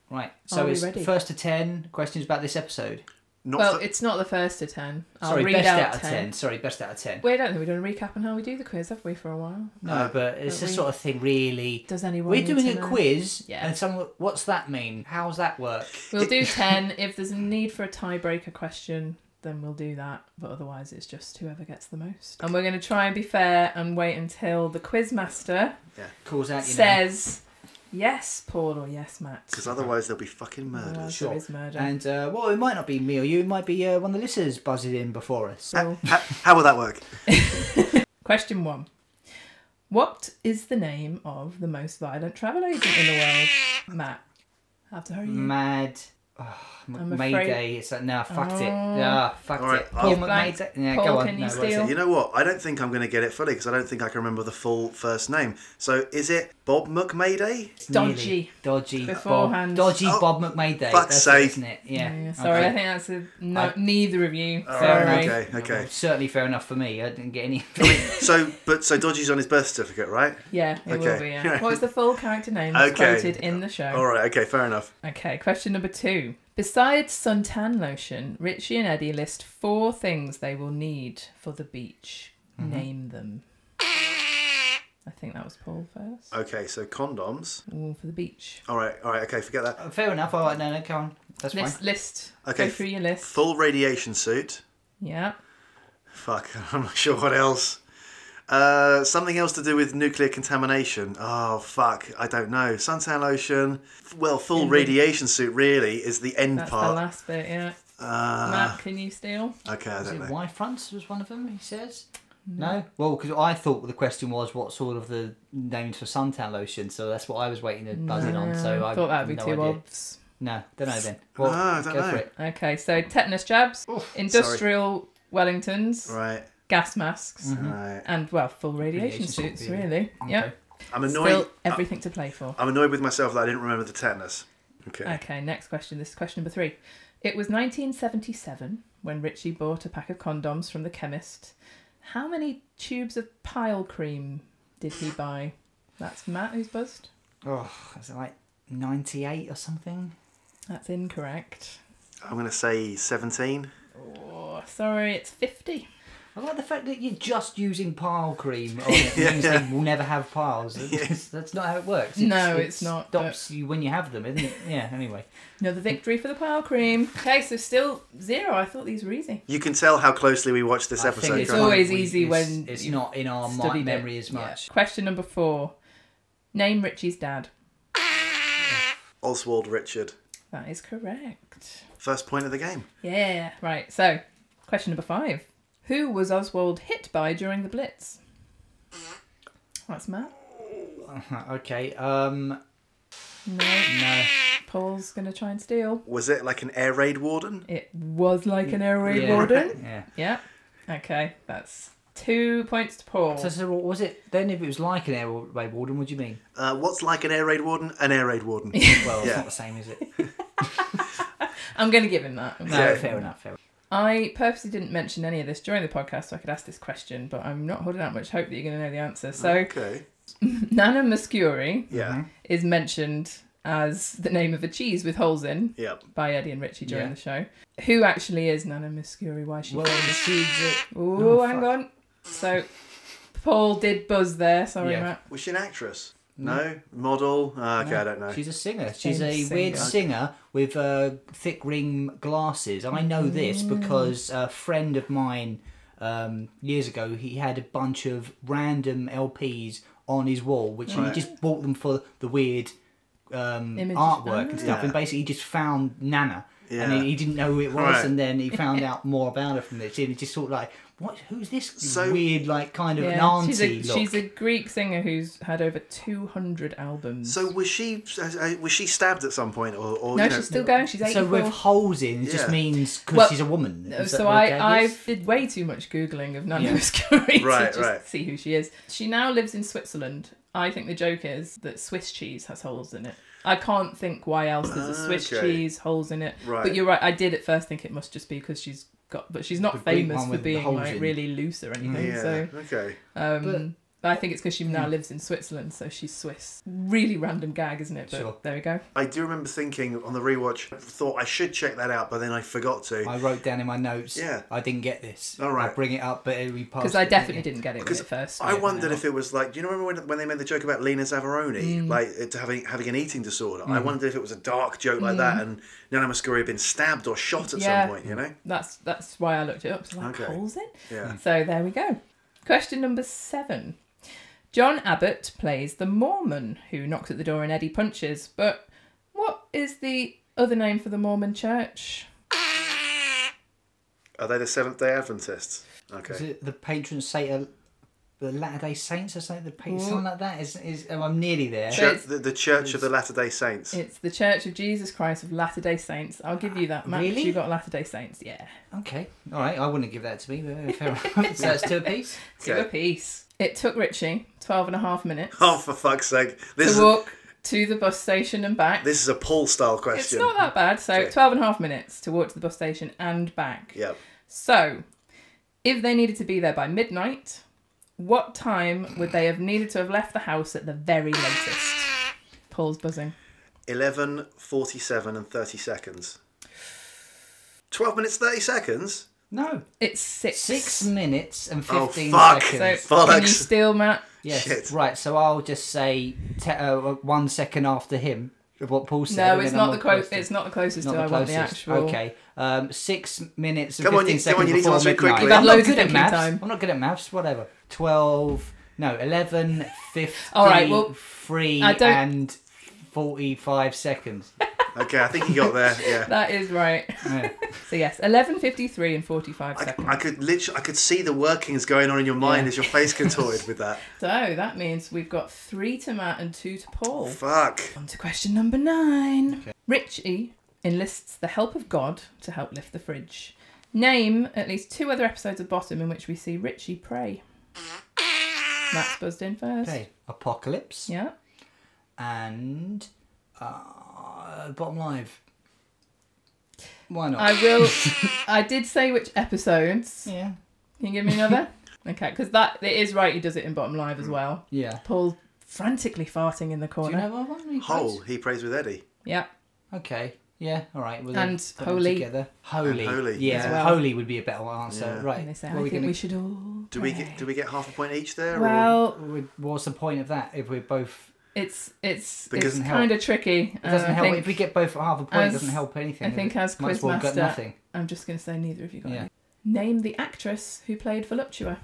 Right, Are so we it's ready? first to ten questions about this episode. Not well, for- it's not the first to ten. I'll Sorry, read best out, of 10. Sorry, best out of ten. Wait, I don't think we've done a recap on how we do the quiz, have we, for a while? No, but it's but the we- sort of thing, really. Does anyone? We're need doing to a know? quiz, Yeah. and someone, what's that mean? How's that work? We'll do ten. If there's a need for a tiebreaker question, then we'll do that. But otherwise, it's just whoever gets the most. And we're going to try and be fair and wait until the quiz master Calls out your name. says yes, Paul, or yes, Matt. Because otherwise there'll be fucking Otherwise, murders. sure. there is murder. And uh, well, it might not be me or you. It might be uh, one of the listeners buzzed in before us. so, How, how will that work? Question one. What is the name of the most violent travel agent in the world? Matt. I have to hurry you. Mad Mm. Oh, I'm M- afraid- Mayday. It's like, nah, fucked it. Oh. Nah, fucked All right, it. I'll- Paul Blank. Mayday. Yeah, Paul, go on. can you no, steal? where's it? You know what? I don't think I'm going to get it fully because I don't think I can remember the full first name. So is it Bob McMayday? It's dodgy. Nearly. Dodgy. Beforehand. Bob, dodgy Oh, Bob McMayday. fuck's That's it, sake. isn't it? Yeah. Yeah, sorry, I Okay. think that's a no. I- neither of you. All sorry. right, okay, okay. Certainly fair enough for me. I didn't get any. So, but so Dodgy's on his birth certificate, right? Yeah, it will be. Okay. Yeah. What's the full character name that's Okay. quoted in the show? All right, okay, fair enough. Okay, question number two. Besides suntan lotion, Richie and Eddie list four things they will need for the beach. Mm-hmm. Name them. I think that was Paul first. Okay, so condoms. All for the beach. All right, all right, okay, forget that. fair enough. All right, no, no, go on. That's fine. List, list. Okay, Go through your list. Full radiation suit. yeah. Fuck, I'm not sure what else. Uh, something else to do with nuclear contamination. Oh fuck, I don't know. Suntan lotion. F- Well, full radiation suit really is the end That's the part. last bit, yeah. Uh, Matt, can you steal? okay, I Is don't it know. why France was one of them? He says. Mm. No. Well, because I thought the question was what sort of the names for suntan lotion, so that's what I was waiting to buzz in on. So No, I thought that would be no too idea. obvious. No, don't know then. Well, No, Ah, I don't go for know. it. Okay, so tetanus jabs, industrial Wellingtons, Right, gas masks, Mm-hmm. right. and well, full radiation, Radiation suit, suits, really. really. Yep. I'm Still Uh, annoyed. everything to play for. I'm annoyed with myself that I didn't remember the tetanus. Okay. Okay, next question. This is question number three. It was 1977 when Richie bought a pack of condoms from the chemist. How many tubes of pile cream did he buy? That's Matt who's buzzed. Oh, is it like 98 or something? That's incorrect. I'm gonna say 17. Oh, sorry, it's 50. I like the fact that you're just using pile cream on it. means Yeah. they will never have piles. That's, that's not how it works. No, it's not, but- stops you when you have them, isn't it? Yeah, anyway. Another victory for the pile cream. Okay, so still zero. I thought these were easy. You can tell how closely we watched this I think episode. it's can't you? always we- easy it's, when It's you've not in our mi- Studied it. memory as Yeah. much. Question number four. Name Richie's dad. Oswald Richard. That is correct. First point of the game. Yeah. Right, so question number five. Who was Oswald hit by during the Blitz? That's Matt. Okay, um, No, no. Paul's going to try and steal. Was it like an air raid warden? It was like an air raid Yeah. warden. Yeah. Yeah. Okay, that's two points to Paul. So, so what was it then? If it was like an air raid warden, what do you mean? Uh, what's like an air raid warden? An air raid warden. Well, it's Yeah. not the same, is it? I'm going to give him that. No, Yeah. fair enough. Fair enough. I purposely didn't mention any of this during the podcast so I could ask this question, but I'm not holding out much hope that you're going to know the answer. So, Okay. Nana Muscuri Yeah. Mm-hmm. is mentioned as the name of a cheese with holes in Yeah. by Eddie and Richie during Yeah. the show. Who actually is Nana Muscuri? Why is she? Well, the seeds Ooh, oh, hang fuck. on. So, Paul did buzz there. Sorry, Yeah. Matt. Was she an actress? Mm-hmm. No. Model? Uh, okay, I don't know. are, she's a singer. She's a Famous weird singer. singer with uh, thick rim glasses. I know this Mm. because a friend of mine um, years ago he had a bunch of random LPs on his wall, which Right. he just bought them for the weird. Um, Image. artwork and stuff, Yeah. and basically he just found Nana, and Ah. Yeah. he, he didn't know who it was, Right. and then he found out more about her from this, and he just sort of like, what? Who's this So- weird like kind of Yeah, an she's auntie a look? she's a Greek singer who's had over 200 albums. So was she uh, uh, was she stabbed at some point or, or no, you know? she's still going. She's 84. So with holes in, it just Yeah. means because Well, she's a woman. No, Is so that what that I, I is? did way too much googling of Nana Yeah. Muscuri Right, to just right. see who she is. She now lives in Switzerland. I think the joke is that Swiss cheese has holes in it. I can't think why else there's a Swiss Okay. cheese holes in it. Right. But you're right. I did at first think it must just be because she's got, but she's The not Greek famous one for with the being holes like in. really loose or anything. Mm. yeah. So Okay. um, I think it's because she Mm. now lives in Switzerland, so she's Swiss. Really random gag, isn't it? But Sure. there we go. I do remember thinking on the rewatch, thought I should check that out, but then I forgot to. I wrote down in my notes. Yeah. I didn't get this. All right. I bring it up, but we passed. Because I it, definitely didn't didn't get it when Because at first. I Yeah. wondered if it was like, do you remember when, when they made the joke about Lena Zavaroni, Mm. like it, having having an eating disorder? I wondered if it was a dark joke like that, and Nana Muscuri had been stabbed or shot at Mm. Yeah. some point. You know? That's that's why I looked it up. So like Okay. holes in. Yeah. So there we go. Question number seven. John Abbott plays the Mormon who knocks at the door and Eddie punches. But what is the other name for the Mormon church? Are they the Seventh Day Adventists? you? Is Okay. it the patron saint of the Latter Day Saints or something. The pa- something like that is is. Oh, I'm nearly there. Mm. Sure. Church, the, the Church of the Latter Day Saints. It's the Church of Jesus Christ of Latter Day Saints. I'll give you that, Matt. 'cause Really? You got Latter Day Saints, yeah. Okay, all right. I wouldn't give that to me. But uh, fair enough. So that's two apiece. Two Okay. apiece. It took Richie 12 and a half minutes Oh, for fuck's sake! This is to walk to the bus station and back. this is a Paul style it's question. not that bad. So Okay. 12 and a half minutes to walk to the bus station and back. Yeah. So, if they needed to be there by midnight, what time would they have needed to have left the house at the very latest? Paul's buzzing. 11, 47 and 30 seconds. 12 minutes 30 seconds? No, It's six. six minutes and Oh, fifteen fuck. So, seconds. can you Bollocks. steal, Matt? Yes, Shit. right. So I'll just say te- uh, one second after him of what Paul said. No, and it's then I'm not the quote. closest. It's not the closest Not to the I want the closest. actual. Okay, um, six minutes and Come on, fifteen you- come seconds on, you need to before answer it midnight. quickly. You've had I'm not loads of good at thinking maths. time. I'm not good at maths. Whatever. Twelve. No, 11, 15, All right, well, three I don't- and forty-five seconds. Okay, I think you got there. Yeah. That is right. Yeah. So yes, eleven fifty-three and forty-five I, seconds. I could literally, I could see the workings going on in your Yeah. mind as your face contorted with that. So that means we've got three to Matt and two to Paul. Fuck. On to question number nine. Richie enlists the help of God to help lift the fridge. Name at least two other episodes of Bottom in which we see Richie pray. Matt's buzzed in first. Okay, apocalypse Yeah. and uh, bottom live. Why not? I will. I did say which episodes. Yeah. Can you give me another? okay, because that it is right. He does it in Bottom Live as well. Yeah. Paul frantically farting in the Hmm. Do corner. you know what one? Hole, he prays with Eddie. yeah. Okay. Yeah. All right. Well, And put them holy. together. Holy. And holy, Yeah. as well. Holy would be a better answer. Yeah. Right. And they say, what I are we think gonna- we should all. Do we pray." get do we get half a point each there? or? Well, we- What's the point of that if we're both? it's it's Because- it's kind of tricky. It doesn't and Uh, I help think- if we get both at half a point. as- it doesn't help I anything. think as Might as well got Quizmaster- nothing. I'm just going to say neither of you got Yeah. it. Name the actress who played Voluptua.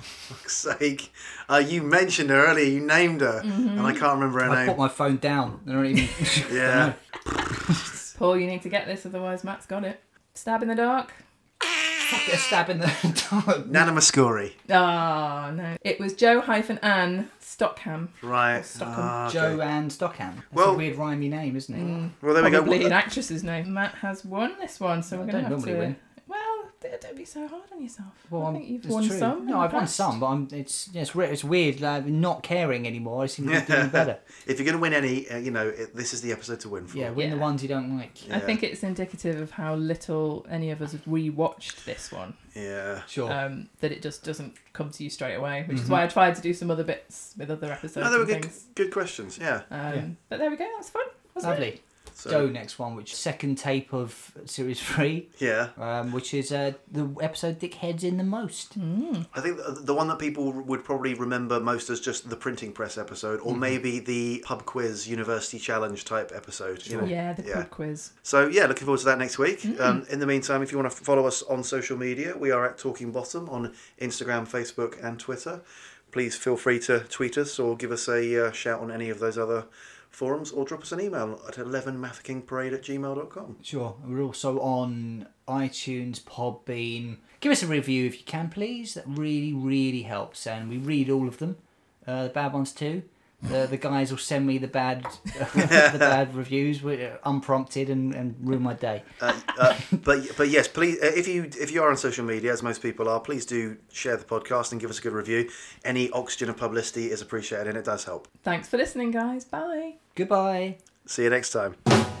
fuck's sake. Uh, you mentioned her earlier, you named her, and I can't remember her I name. put my phone down. I don't even. yeah. Paul, you need to get this, otherwise Matt's got it. Stab in the dark. Fuck, a stab in the dark. Nana Muscuri. Ah, no. It was Joe hyphen Anne Stockham. Right. Stockham. Ah, okay. Joanne Stockham. That's Well- a weird rhymey name, isn't it? Mm. Well, uh, there we go. Probably an actress's name. Matt has won this one, so I we're don't going to have normally to. win. Well, d- don't be so hard on yourself. Well, I I'm- think you've it's won true. some. No, I've won some, but I'm, it's yeah, it's, re- it's weird. Like, not caring anymore. I seem to be doing better. If you're going to win any, uh, you know, it, this is the episode to win for. Yeah, win the Yeah. ones you don't like. I think it's indicative of how little any of us have rewatched this one. Yeah. Sure. Mm-hmm. um, that it just doesn't come to you straight away, which is why I tried to do some other bits with other episodes No, they were and good, things. good questions. Yeah. Um, Yeah. But there we go. That's fun. Wasn't Lovely. It? So, Go next one, which second tape of series three, yeah. um, which is uh, the episode "Dickheads in the Most." I think the, the one that people would probably remember most as just the printing press episode, or maybe the pub quiz university challenge type episode. You know? Yeah, the pub quiz. So yeah, looking forward to that next week. Um, in the meantime, if you want to follow us on social media, we are at Talking Bottom on Instagram, Facebook, and Twitter. Please feel free to tweet us or give us a uh, shout on any of those other forums, or drop us an email at 11mathkingparade at gmail.com. Sure, we're also on iTunes, Podbean. Give us a review if you can, please. That really, really helps, and we read all of them, uh, the bad ones too. The, the guys will send me the bad, the bad reviews, uh, unprompted, and, and ruin my day. Uh, uh, but but yes, please. uh, If you if you are on social media, as most people are, please do share the podcast and give us a good review. Any oxygen of publicity is appreciated, and it does help. Thanks for listening, guys. Bye. Goodbye. See you next time.